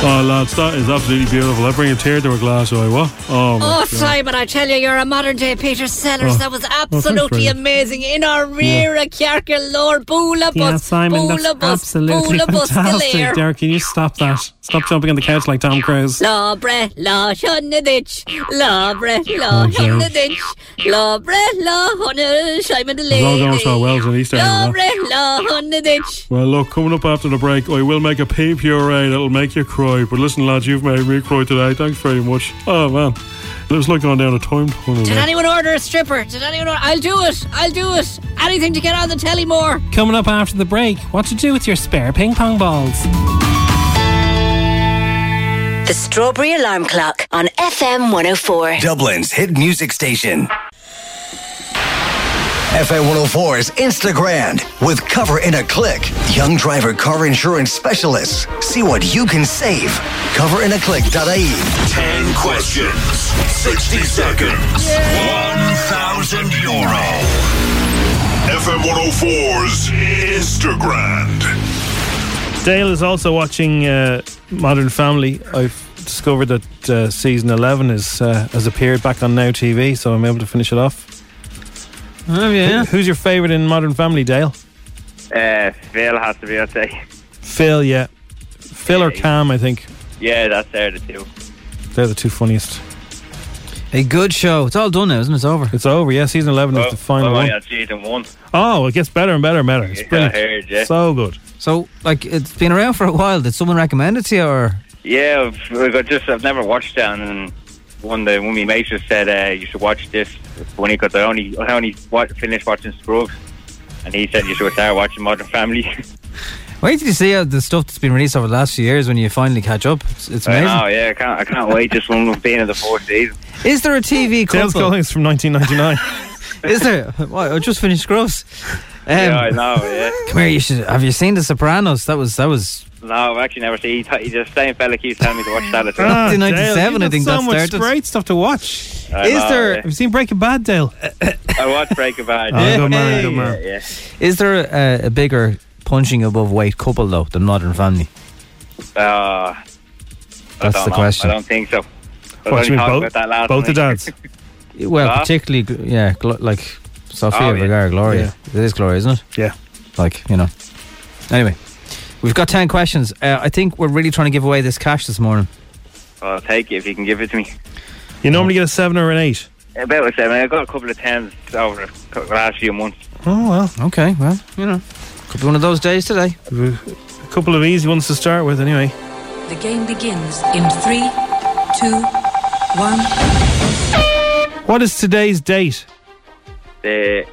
Q: Oh, lads, that is absolutely beautiful. I bring a tear to a glass eye. What? Oh, my
R: Oh,
Q: God.
R: Simon, I tell you, you're a modern day Peter Sellers.
Q: Oh.
R: That was
Q: thanks very
R: absolutely
Q: much.
R: amazing. In our rear, a Kierker Lord, Bula Bus,
G: Yeah, Simon, that's
R: Bula Bus,
G: absolutely
R: Bula Bus,
G: fantastic. Derek, can you stop that? Stop jumping on the couch like Tom Cruise.
R: Labre, la, shun the ditch. Labre, la,
G: Oh,
R: shun the
G: James.
R: ditch. Labre, la, hon, Simon the
Q: It's all going
R: lady.
Q: so well at Easter. isn't it?
R: Labre, la, hon the ditch.
Q: Well, look, coming up after the break, I will make a pea puree that'll make you cry. But listen, lads, you've made me cry today. Thanks very much. Oh, man. It was like going down a time tunnel.
R: Did
Q: there.
R: anyone order a stripper? Did anyone order? I'll do it. I'll do it. Anything to get on the telly more.
G: Coming up after the break, what to do with your spare ping pong balls.
C: The Strawberry Alarm Clock on FM 104.
B: Dublin's hit music station. FA104's Instagram with cover in a click. Young driver car insurance specialists. See what you can save. Coverinaclick.ie.
H: 10 questions, 60 seconds, 1,000 euro. FM 104's Instagram.
E: Dale is also watching uh, Modern Family. I've discovered that uh, season 11 is, uh, has appeared back on Now TV, so I'm able to finish it off.
D: Oh, yeah.
E: Who- who's your favourite in Modern Family, Dale?
S: Uh, Phil has to be, I'd say.
E: Phil, yeah. Phil or Cam, I think.
S: Yeah, that's there the two.
E: They're the two funniest.
D: A good show. It's all done now, isn't it? It's over.
E: It's over, yeah. Season 11 is the final
S: oh,
E: one.
S: yeah, season one.
E: Oh, it gets better and better and better. It's
S: Yeah, I
E: brilliant.
S: heard, yeah.
E: So good.
D: So, like, it's been around for a while. Did someone recommend it to you, or
S: Yeah, I've, like, I just I've never watched that, and one day one of my mates just said uh, you should watch this. It's funny because I only I only wa finished watching Scrubs, and he said you should start watching Modern Family.
D: wait till you see how the stuff that's been released over the last few years when you finally catch up? It's, it's
S: I
D: amazing.
S: know, yeah, I can't I can't wait. This one will be in the fourth season.
D: Is there a TV
E: Dale's
D: couple?
E: calling us from 1999.
D: Is there? Why, I just finished Gross. Um,
S: yeah, I know. Yeah,
D: Come here, you should. Have you seen The Sopranos? That was that was
S: No, I've actually never seen. He t- he's the same fella keeps telling me to watch that.
E: Ah, Dale,
D: 1997,
E: you
D: I think
E: got so
D: that
E: much
D: started.
E: great stuff to watch.
S: I Is know, there- yeah.
E: Have you seen Breaking Bad, Dale?
S: I watch Breaking Bad.
D: Oh, good man, good
S: Yeah,
D: man.
S: yeah.
D: Is there a, a bigger punching above weight couple though than Modern Family?
S: Uh, I
D: That's
S: don't
D: the
S: know.
D: question.
S: I don't think so. I
D: What,
S: was
D: you
S: only
D: mean
S: talking
D: both-
S: about that last
D: both the
S: week.
D: dads? Well,
S: Huh?
D: particularly gl- yeah, gl- like Sofia
S: Oh, yeah.
D: Vergara, Gloria. It is Gloria, isn't it?
E: Yeah.
D: Like you know. Anyway, we've got ten questions. Uh, I think we're really trying to give away this cash this morning.
S: I'll take it if you can give it to me.
E: You normally get a seven or an eight.
S: About a seven. I got a couple of tens over the cou- last few months.
E: Oh well.
D: Okay. Well, you know, could be one of those days today.
E: A couple of easy ones to start with, anyway.
T: The game begins in three, two, one.
E: What is today's date?
S: The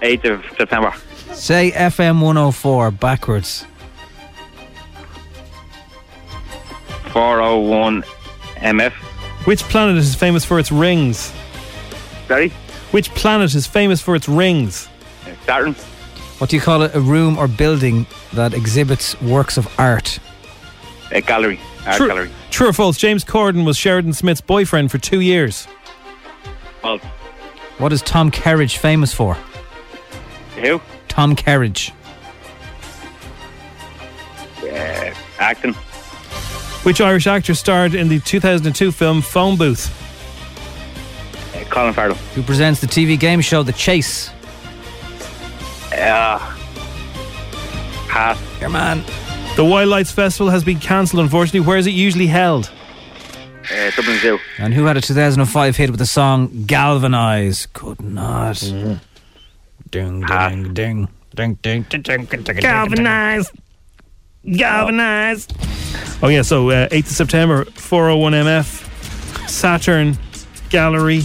S: 8th of September.
D: Say FM 104 backwards.
S: 401 MF.
E: Which planet is famous for its rings?
S: Sorry?
E: Which planet is famous for its rings?
S: Saturn.
D: What do you call it? A room or building that exhibits works of art?
S: A gallery. Art
E: True-
S: gallery.
E: True or false? James Corden was Sheridan Smith's boyfriend for two years.
S: Well,
D: What is Tom Kerridge famous for?
S: who?
D: Tom Kerridge.
S: Uh, Acton.
E: Which Irish actor starred in the 2002 film Phone Booth?
S: Uh, Colin Farrell.
D: Who presents the TV game show The Chase?
S: Uh, pass.
D: Your man.
E: The Wildlights Festival has been cancelled, unfortunately. Where is it usually held?
S: Uh, Dublin Zoo.
D: And who had a 2005 hit with the song Galvanize? Could not. Ding, ding, ding, ding, ding, ding, ding, ding, ding.
E: Galvanize. Galvanize. Oh, yeah, so uh, 8th of September, 401 MF, Saturn, Gallery.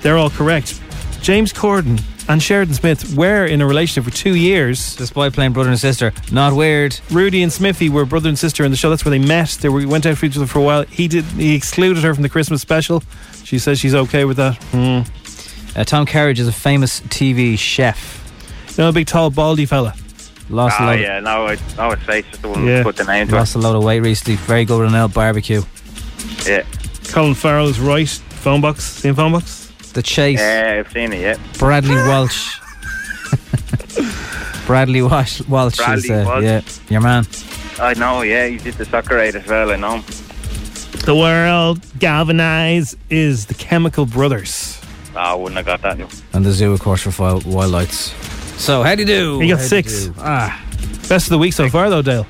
E: They're all correct. James Corden and Sheridan Smith were in a relationship for two years.
D: Despite playing brother and sister. Not weird.
E: Rudy and Smithy were brother and sister in the show. That's where they met. They were, went out for each other for a while. He did. He excluded her from the Christmas special. She says she's okay with that. Hmm.
D: Uh, Tom Kerridge is a famous TV chef.
E: You know, a big tall baldy fella.
D: Lost a
S: oh,
D: lot. of-
S: yeah. No, I, no, it's face. Just the one
D: Yeah.
S: who put the name to
D: Lost a lot of weight recently. Very good Ronell barbecue.
S: it. Yeah.
E: Colin Farrell's right. Phone box. Seen phone box. Ah!
D: The Chase.
S: Yeah, I've seen it, yeah.
D: Bradley Walsh. Bradley Walsh. Walsh is,
S: Bradley
D: uh,
S: Walsh.
D: Yeah, your man.
S: I know, yeah. He did the soccer aid as well, I know.
E: The world galvanize is the Chemical Brothers.
S: Oh, I wouldn't have got that. No.
D: And the zoo, of course, for wild, wild lights. So, how do you do?
E: He got
D: How do
E: six.
D: you do? Ah,
E: best of the week so far, though, Dale.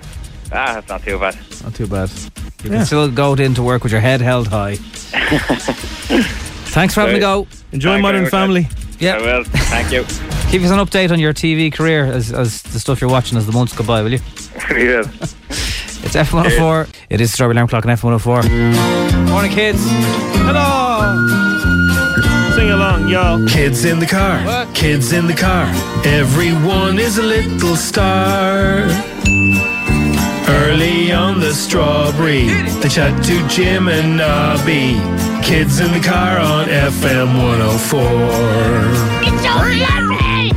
S: Ah, that's not too bad.
D: Not too bad. You
E: Yeah.
D: can still go into work with your head held high. Thanks for having a go.
E: Enjoy Modern Family.
D: Yeah.
S: I will. Thank you.
D: Keep us an update on your TV career as, as the stuff you're watching as the months go by, will you?
S: yeah.
D: It's F104. It is Strawberry Alarm Clock and F104. Morning, kids.
E: Hello. Sing along, y'all.
A: Kids in the car. Kids in the car. Everyone is a little star. Early on the strawberry, they chat to Jim and Nobby. Kids in the car on FM 104.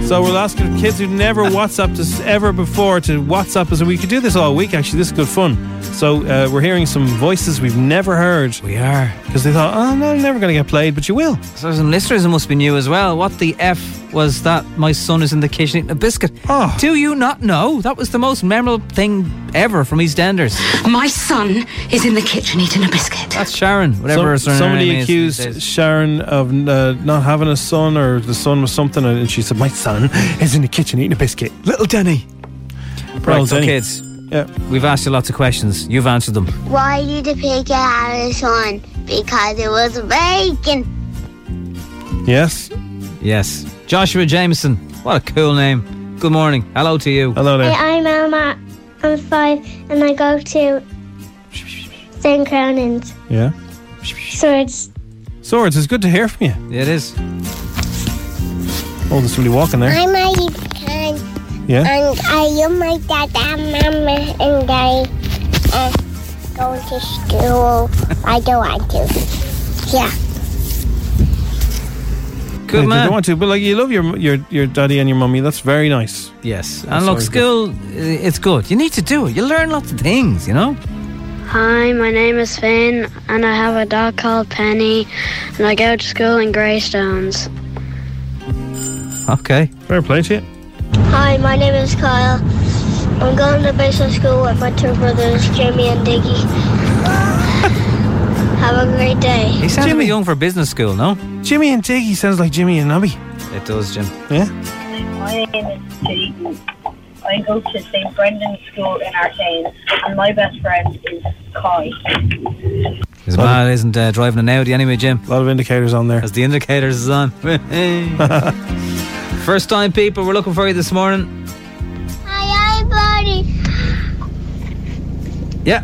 E: So we'll ask kids who never WhatsApped us ever before to WhatsApp us, and we could do this all week. Actually, this is good fun. So uh, we're hearing some voices we've never heard. We
D: are
E: because they thought, oh no, never going to get played, but you will.
D: So there's some listeners who must be new as well. What the F was that my son is in the kitchen eating a biscuit? Oh. Do you not know? That was the most memorable thing ever from EastEnders.
U: My son is in the kitchen eating a biscuit.
D: That's Sharon, whatever her
E: Some-
D: surname
E: somebody
D: is these days.
E: accused Sharon of uh, not having a son, or the son was something, and she said, "My son is in the kitchen eating a biscuit." Little Denny.
D: Right, so
E: Denny.
D: kids,
E: yeah.
D: we've asked you lots of questions. You've answered them.
V: Why did the pig have his on? Because it was bacon.
E: Yes.
D: Yes. Joshua Jameson. What a cool name. Good morning. Hello to you.
E: Hello
W: Hi, I'm Elma. I'm five and I go to St. Cronin's.
E: Yeah.
W: So it's
E: Swords, it's good to hear from you.
D: It is.
E: Oh, there's somebody walking there.
W: I'm a pecan.
E: Yeah.
W: And I love my dad and mama and I uh, go to school. I don't want to. Yeah.
D: Good
E: they, They
D: man.
E: don't want to, but like you love your your your daddy and your mummy. That's very nice.
D: Yes,
E: I'm
D: and look,
E: sorry,
D: school, i- it's good. You need to do it. You learn lots of things, you know?
M: Hi, my name is Finn, and I have a dog called Penny, and I go to school in Greystones.
D: Okay.
E: Fair play to you.
W: Hi, my name is Kyle. I'm going to basic school with my two brothers, Jamie and Diggy.
M: Have a great day.
D: He sounds a bit young for business school, no?
E: Jimmy and Diggy sounds like Jimmy and Nobby.
D: It does, Jim.
E: Yeah.
F: My name is Pete. I go to St. Brendan's School in Artane, and my best friend is Kai.
D: His man isn't uh, driving an Audi anyway, Jim. A
E: lot of indicators on there.
D: As the indicators is on. First time people, we're looking for you this morning.
V: Hi, buddy.
D: Yeah.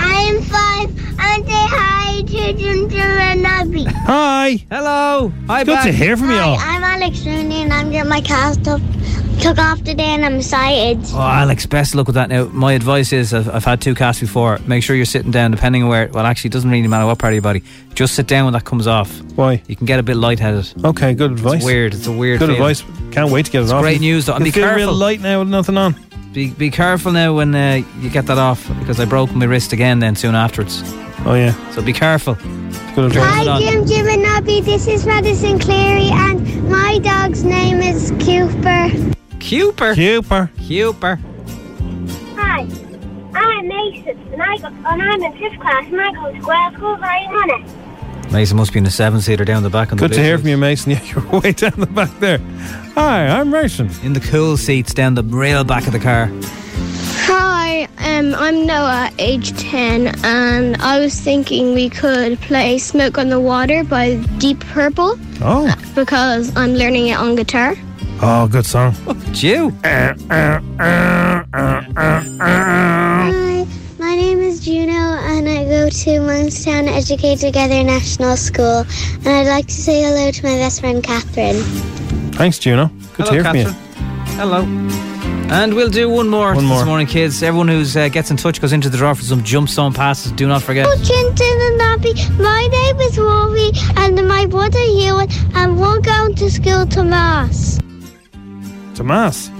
V: I'm five, and say hi to Ginger and Abby.
E: Hi.
D: Hello. Hi,
V: Good
D: to
V: hear
E: from
V: Hi, I'm Alex Rooney, and I'm getting my car stuff took off today, and I'm excited.
D: Oh, Alex, best look with that. Now, my advice is I've, I've had two casts before. Make sure you're sitting down, depending on where. Well, actually, it doesn't really matter what part of your body. Just sit down when that comes off.
E: Why?
D: You can get a bit lightheaded.
E: Okay, good advice.
D: It's weird. It's a weird.
E: Good
D: feeling.
E: advice. Can't wait to get it
D: It's
E: off.
D: great news, though. And
E: You
D: be
E: feel
D: careful.
E: real light now with nothing on.
D: Be, be careful now when uh, you get that off because I broke my wrist again then soon afterwards.
E: Oh, yeah.
D: So be careful.
E: Good
V: Hi, Jim, Jim, and Abby. This is Madison Cleary, and my dog's name is Cooper.
D: Cooper.
E: Cooper.
D: Cooper.
V: Hi, I'm Mason, and I go, and I'm in fifth class, and I go to Gwell School very morning.
D: Mason must be in a seven seater down the back on
E: Good
D: the
E: to
D: blue
E: hear
D: seats.
E: from you, Mason. Yeah, you're way down the back there. Hi, I'm Mason.
D: In the cool seats down the real back of the car.
W: Hi, um, I'm Noah, age 10, and I was thinking we could play Smoke on the Water by Deep Purple
E: Oh.
W: because I'm learning it on guitar.
E: Oh, good song.
D: Jew.
V: Hi, my name is Juno, and I go to Monkstown Educate Together National School, and I'd like to say hello to my best friend Catherine.
E: Thanks, Juno. Good to
D: Hello,
E: hear from
D: Catherine. Hello. And we'll do one more,
E: One more.
D: this morning, kids. Everyone who uh, gets in touch goes into the draw for some jump zone passes. Do not forget.
V: Hello, Chinton Oh, and Abby. My name is Rory, and my brother Ewan, and we're going to school to Mass.
E: you. To Mass.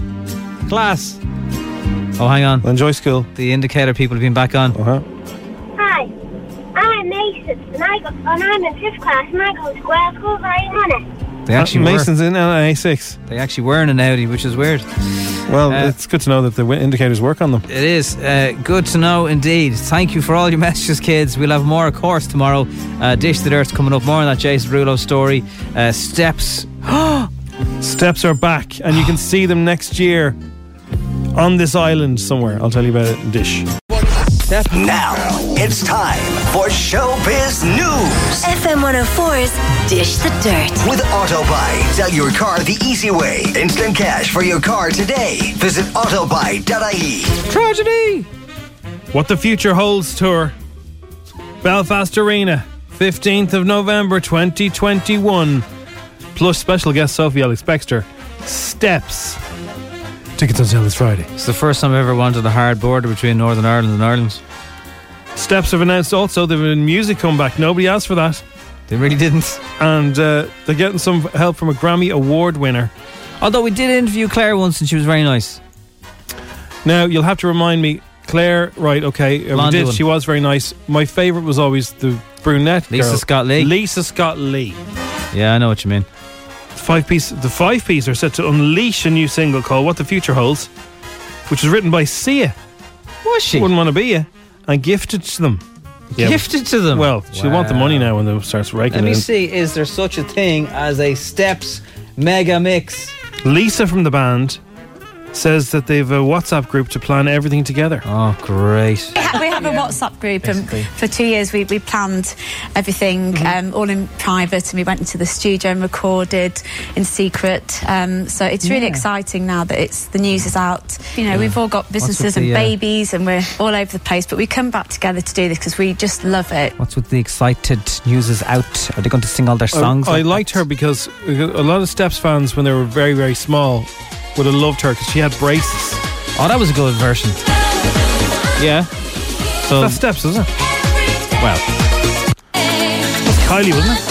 D: Class. Oh, hang on.
E: enjoy school.
D: The indicator people have been back on.
E: Uh-huh.
V: Hi, I'm Mason, and, I go, and I'm in fifth class, and I go to Gwell School very morning.
D: They actually were.
E: Uh, Mason's in LA6.
D: They actually were in an Audi, which is weird.
E: Well,
D: Uh,
E: it's good to know that the wi- indicators work on them.
D: It is. Uh, good to know indeed. Thank you for all your messages, kids. We'll have more, of course, tomorrow. Uh, Dish the Dirt's coming up. More on that Jason Rulo story. Uh, steps.
E: Steps are back, and you can see them next year on this island somewhere. I'll tell you about it in Dish.
B: Now it's time for Showbiz News.
C: FM 104's Dish the Dirt.
B: With Autobuy, sell your car the easy way. Instant cash for your car today. Visit autobuy.ie.
D: Tragedy!
E: What the Future Holds Tour. Belfast Arena, 15th of November 2021. Plus special guest Sophie Alex Bextor. Steps. Tickets on sale this Friday.
D: It's the first time I've ever wanted a hard border between Northern Ireland and Ireland.
E: Steps have announced also they've been music comeback. Nobody asked for that.
D: They really didn't.
E: And uh, they're getting some help from a Grammy Award winner.
D: Although we did interview Claire once and she was very nice.
E: Now you'll have to remind me, Claire. Right? Okay, uh, we
D: Blonde
E: did.
D: one.
E: She was very nice. My favourite was always the brunette,
D: Lisa
E: girl.
D: Scott Lee.
E: Lisa Scott Lee.
D: Yeah, I know what you mean.
E: Five piece. The five piece are set to unleash a new single called "What the Future Holds," which was written by Sia.
D: Was she?
E: Wouldn't want to be you. And gifted to them.
D: Gifted to them?
E: Well, she'll want the
D: Wow.
E: money now when it starts raking.
D: Let
E: it
D: me
E: in.
D: see, is there such a thing as a Steps mega mix?
E: Lisa from the band says that they've a WhatsApp group to plan everything together.
D: Oh, great!
J: We ha- we have a WhatsApp group, and
E: Basically.
J: for two years we, we planned everything
L: Mm-hmm.
J: um, all in private, and we went into the studio and recorded in secret. Um, so it's really
L: Yeah.
J: exciting now that it's the news is out. You know,
L: Yeah.
J: we've all got
L: What's with
J: businesses and
D: the, uh,
J: babies, and we're all over the place, but we come back together to do this because we just love it.
D: What's with the excited news is out? Are they going to sing all their songs?
E: Oh, I, I liked her because a lot of Steps fans, when they were very, very small, would have loved her because she had braces.
D: Oh, that was a good version. yeah. So
E: That's Steps, isn't it?
D: Well,
E: That's Kylie, wasn't it?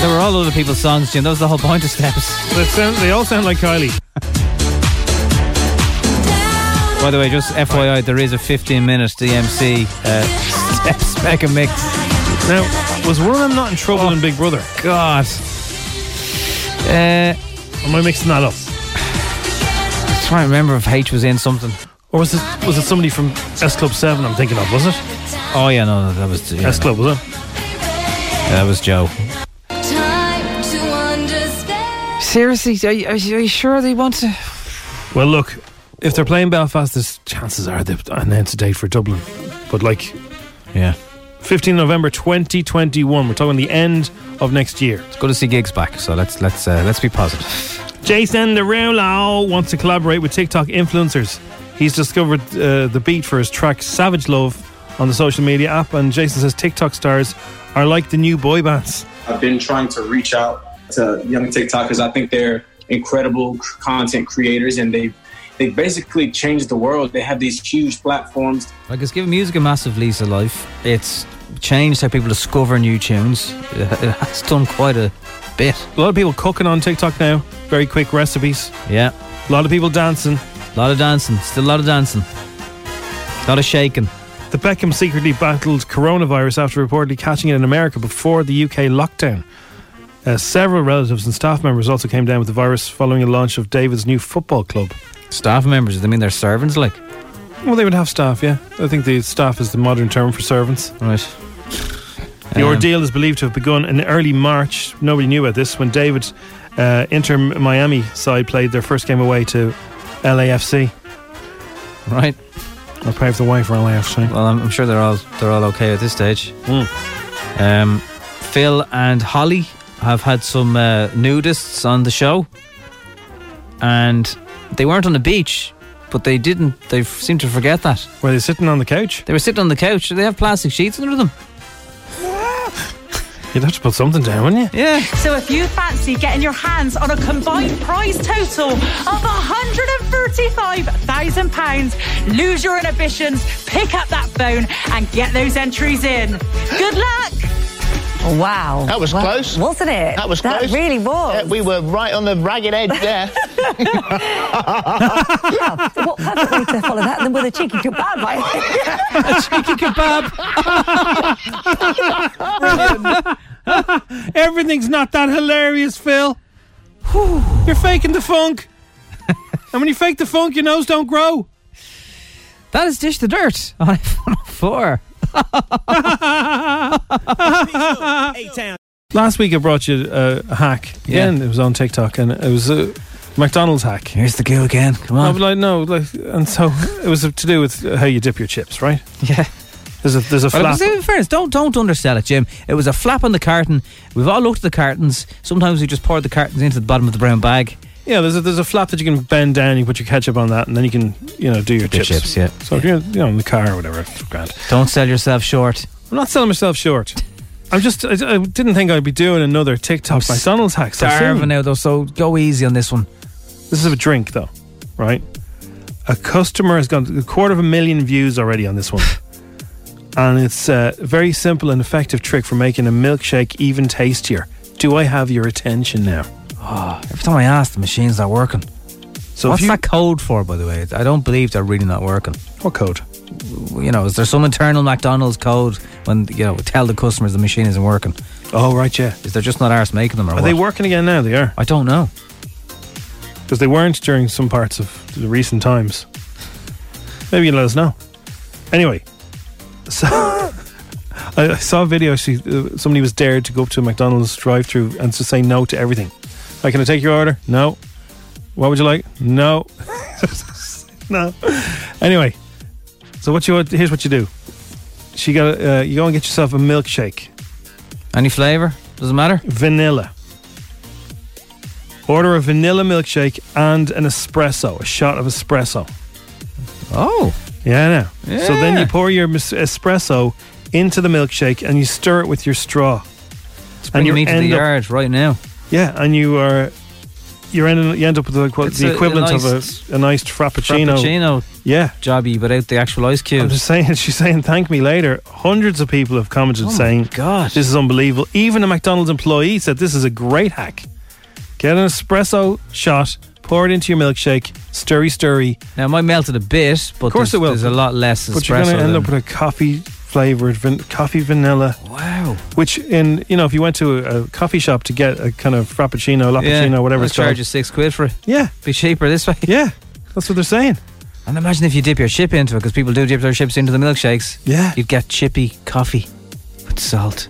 D: They were all other people's songs, Jim. That was the whole point of Steps.
E: They, sound, they all sound like Kylie.
D: By the way, just FYI, there is a 15 minute DMC uh, Steps Mega Mix.
E: Now, was one of them not in trouble in Big Brother?
D: God. Uh,
E: Am I mixing that up?
D: I'm trying to remember if H was in something.
E: Or was it was it somebody from S Club 7 I'm thinking of, was it?
D: Oh, yeah, no, no, that was. Yeah,
E: S
D: no.
E: Club, was it?
D: Yeah, that was Joe.
L: Time to understand.
D: Seriously, are you, are you are you sure they want to?
E: Well, look, if they're playing Belfast, there's chances are they've announced a date for Dublin. But, like,
D: yeah.
E: 15 November 2021. We're talking the end of next year.
D: It's good to see gigs back, so let's let's uh, let's be positive.
E: Jason Derulo wants to collaborate with TikTok influencers. He's discovered uh, the beat for his track Savage Love on the social media app, and Jason says TikTok stars are like the new boy bands.
X: I've been trying to reach out to young TikTokers. I think they're incredible c- content creators, and they they basically changed the world. They have these huge platforms.
D: Like it's given music a massive lease of life. It's changed how people discover new tunes. It has done quite a bit.
E: A lot of people cooking on TikTok now. Very quick recipes.
D: Yeah.
E: A lot of people dancing.
D: A lot of dancing. Still a lot of dancing. A lot of shaking.
E: The Beckham secretly battled coronavirus after reportedly catching it in America before the UK lockdown. Uh, several relatives and staff members also came down with the virus following the launch of David's new football club.
D: Staff members, they mean they're servants, like.
E: Well, they would have staff, yeah. I think the staff is the modern term for servants.
D: Right.
E: The
D: Um,
E: ordeal is believed to have begun in early March. Nobody knew about this when David, uh, Inter Miami side played their first game away to LAFC.
D: Right.
E: I'll pay for the way for LAFC.
D: Well, I'm, I'm sure they're all they're all okay at this stage.
E: Hmm.
D: Um, Phil and Holly have had some uh, nudists on the show, and they weren't on the beach, but they didn't. They seem to forget that.
E: Were they sitting on the couch?
D: They were sitting on the couch. They have plastic sheets under them.
E: You'd have to put something down, wouldn't you?
D: Yeah.
Y: So if you fancy getting your hands on a combined prize total of £135,000, lose your inhibitions, pick up that phone and get those entries in. Good luck!
N: Wow. That was close. Wasn't it? That was That close. really was. Yeah, we were right on the ragged edge there. yeah. What perfect way to follow that than with a cheeky kebab, I think.
D: a cheeky
N: kebab.
E: Everything's not that hilarious, Phil. Whew. You're faking the funk. and when you fake the funk, your nose don't grow.
D: That is dish the dirt on oh four.
E: Last week I brought you uh, a hack. Again, it was on TikTok and it was a McDonald's hack.
D: Here's the goo again. Come
E: No,
D: on.
E: but like no, like, and so it was to do with how you dip your chips, right?
D: Yeah.
E: There's a there's a
D: Well, it
E: flap.
D: was- in fairness, don't don't undersell it, Jim. It was a flap on the carton. We've all looked at the cartons. Sometimes we just pour the cartons into the bottom of the brown bag.
E: Yeah, there's a, there's a flap that you can bend down. You put your ketchup on that, and then you can you know do your
D: Your
E: chips.
D: chips, yeah.
E: So if you're you know in the car or whatever, it's grand.
D: Don't sell yourself short.
E: I'm not selling myself short. I'm just I, I didn't think I'd be doing another TikTok McDonald's hack. so soon.
D: Oh, Starving now though, so go easy on this one.
E: This is a drink, though, right? A customer has got a quarter of a million views already on this one. and it's a very simple and effective trick for making a milkshake even tastier. Do I have your attention now?
D: Ah, every time I ask, the machine's not working.
E: So if
D: what's
E: you-
D: that code for, by the way? I don't believe they're really not working.
E: What code?
D: You know, is there some internal McDonald's code when you know tell the customers the machine isn't working?
E: Oh right, yeah.
D: Is they're just not arse making them or
E: Are
D: what?
E: they working again now? They are.
D: I don't know.
E: Because they weren't during some parts of the recent times. Maybe you let us know. Anyway, so I, I saw a video. She, uh, somebody was dared to go up to a McDonald's drive-through and to say no to everything. Like, can I take your order? No. What would you like? No. no. Anyway, so what you what- here's what you do. She got uh, you go and get yourself a milkshake.
D: Any flavour? Doesn't matter.
E: Vanilla. Order a vanilla milkshake and an espresso, a shot of espresso.
D: Oh.
E: Yeah, I know. So then
D: Yeah.
E: you pour your mis- espresso into the milkshake and you stir it with your straw.
D: Bring me to the
E: end up-
D: yard right now.
E: yeah, and you are you're ending, you end up with the, equi-
D: It's
E: the
D: a- a
E: equivalent
D: nice-
E: of a, a nice frappuccino.
D: Frappuccino
E: Yeah.
D: jobby, but out the actual ice cube.
E: I'm just saying, she's saying, thank me later. Hundreds of people have commented
D: Oh my
E: saying, God, this is unbelievable. Even a McDonald's employee said, this is a great hack. Get an espresso shot, pour it into your milkshake, stirry, stirry.
D: Now, it might melt it a bit, but
E: of course
D: there's,
E: it will.
D: there's a lot less
E: But
D: espresso.
E: you're going to end
D: than-
E: up with a coffee flavored, van- coffee vanilla.
D: Wow.
E: Which, in you know, if you went to a, a coffee shop to get a kind of frappuccino, lappuccino, whatever
D: I'll
E: it's called,
D: charge you six quid for it.
E: Yeah.
D: Be cheaper this way.
E: Yeah. That's what they're saying.
D: And imagine if you dip your chip into it, because people do dip their chips into the milkshakes.
E: Yeah.
D: You'd get chippy coffee with salt.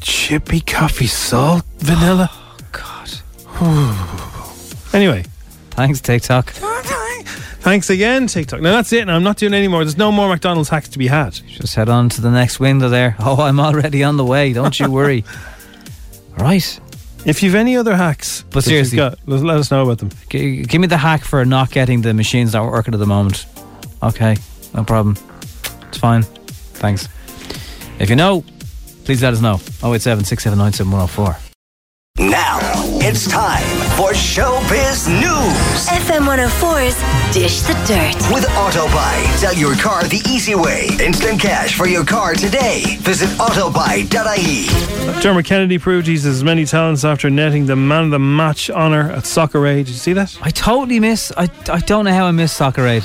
E: chippy coffee salt vanilla. God. anyway.
D: Thanks, TikTok.
E: Thanks again, TikTok. Now that's it. Now I'm not doing any more. There's no more McDonald's hacks to be had.
D: Just head on to the next window there. Oh, I'm already on the way. Don't you worry. All right.
E: If you've any other hacks,
D: but
E: that you've
D: seriously,
E: got, let, let us know about them.
D: G- give me the hack for not getting the machines that were working at the moment. Okay, no problem. It's fine. Thanks. If you know, please let us know. 087 679 7104.
B: Now it's time for Showbiz News.
C: FM 104's Dish the Dirt.
B: With Autobuy, sell your car the easy way. Instant cash for your car today. Visit autobuy.ie.
E: Dermot Kennedy proved he's as many talents after netting the man of the match honour at Soccer Aid. Did you see that?
D: I totally miss. I, I don't know how I missed Soccer Aid.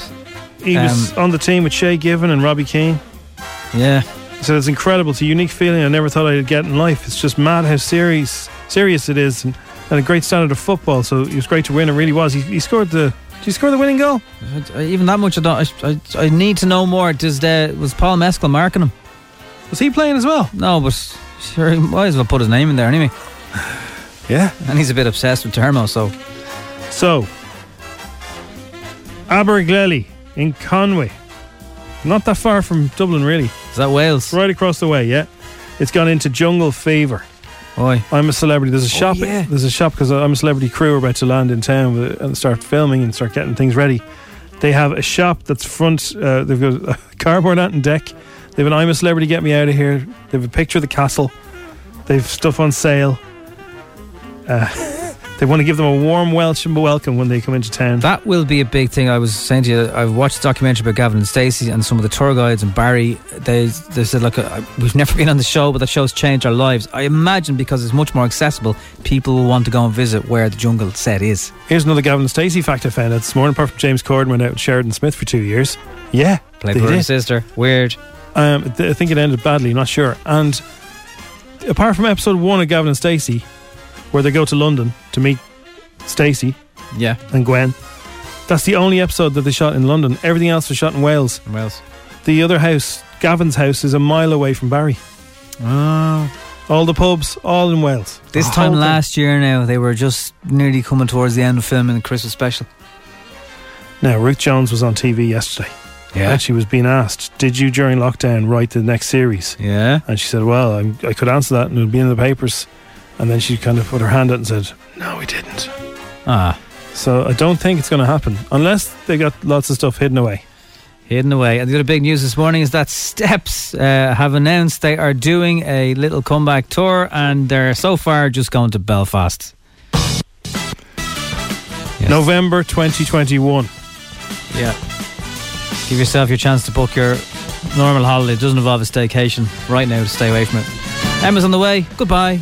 E: He was on the team with Shay Given and Robbie Keane.
D: Yeah.
E: He said it's incredible. It's a unique feeling I never thought I'd get in life. It's just mad how serious serious it is and, and a great standard of football. So it was great to win. It really was. He, he scored the. Did he score the winning goal?
D: I, I- Uh, even that much, I don't. I, I, I need to know more. Does the, was Paul Mescal marking him?
E: Was he playing as well?
D: No, but sure, he might as well put his name in there anyway.
E: Yeah.
D: And he's a bit obsessed with Termo, so.
E: So, Aberglelly in Conway. Not that far from Dublin, really. Is
D: that Wales?
E: Right across the way, yeah. It's gone into jungle fever.
D: Oi. Oh,
E: I'm a celebrity. There's a shop.
D: yeah.
E: There's a shop because I'm a celebrity crew are about to land in town with- and start filming and start getting things ready. They have a shop that's front. Uh, they've got a cardboard out and deck. They've an I'm a celebrity. Get me out of here. They've a picture of the castle. They've stuff on sale. Uh, they want to give them a warm welcome welcome when they come into town.
D: That will be a big thing. I was saying to you, I've watched a documentary about Gavin and Stacey and some of the tour guides and Barry. They they said, look, uh, we've never been on the show, but that show's changed our lives. I imagine because it's much more accessible, people will want to go and visit where the jungle set is.
E: Here's another Gavin and Stacey fact I found out this morning. Apart from James Corden went out with Sheridan Smith for two years. Yeah,
D: Played
E: they
D: brother and
E: did.
D: sister. Weird.
E: Um, th- I think it ended badly. Not sure. And apart from episode one of Gavin and Stacey, where they go to London to meet Stacey
D: Yeah.
E: and Gwen, that's the only episode that they shot in London. Everything else was shot in Wales.
D: In Wales.
E: The other house, Gavin's house, is a mile away from Barry.
D: Oh.
E: All the pubs, all in Wales.
D: This
E: The
D: time
E: whole thing.
D: last year now, they were just nearly coming towards the end of filming the Christmas special.
E: Now, Ruth Jones was on TV yesterday.
D: Yeah.
E: And she was being asked, Did you during lockdown write the next series?
D: Yeah.
E: And she said, Well, I'm, I could answer that and it would be in the papers. And then she kind of put her hand out and said, No, we didn't.
D: Ah.
E: So I don't think it's going to happen unless they got lots of stuff hidden away.
D: Hidden away. And the other big news this morning is that Steps uh, have announced they are doing a little comeback tour and they're so far just going to Belfast.
E: November 2021.
D: Yeah. Give yourself your chance to book your normal holiday. It doesn't involve a staycation right now to stay away from it. Emma's on the way. Goodbye.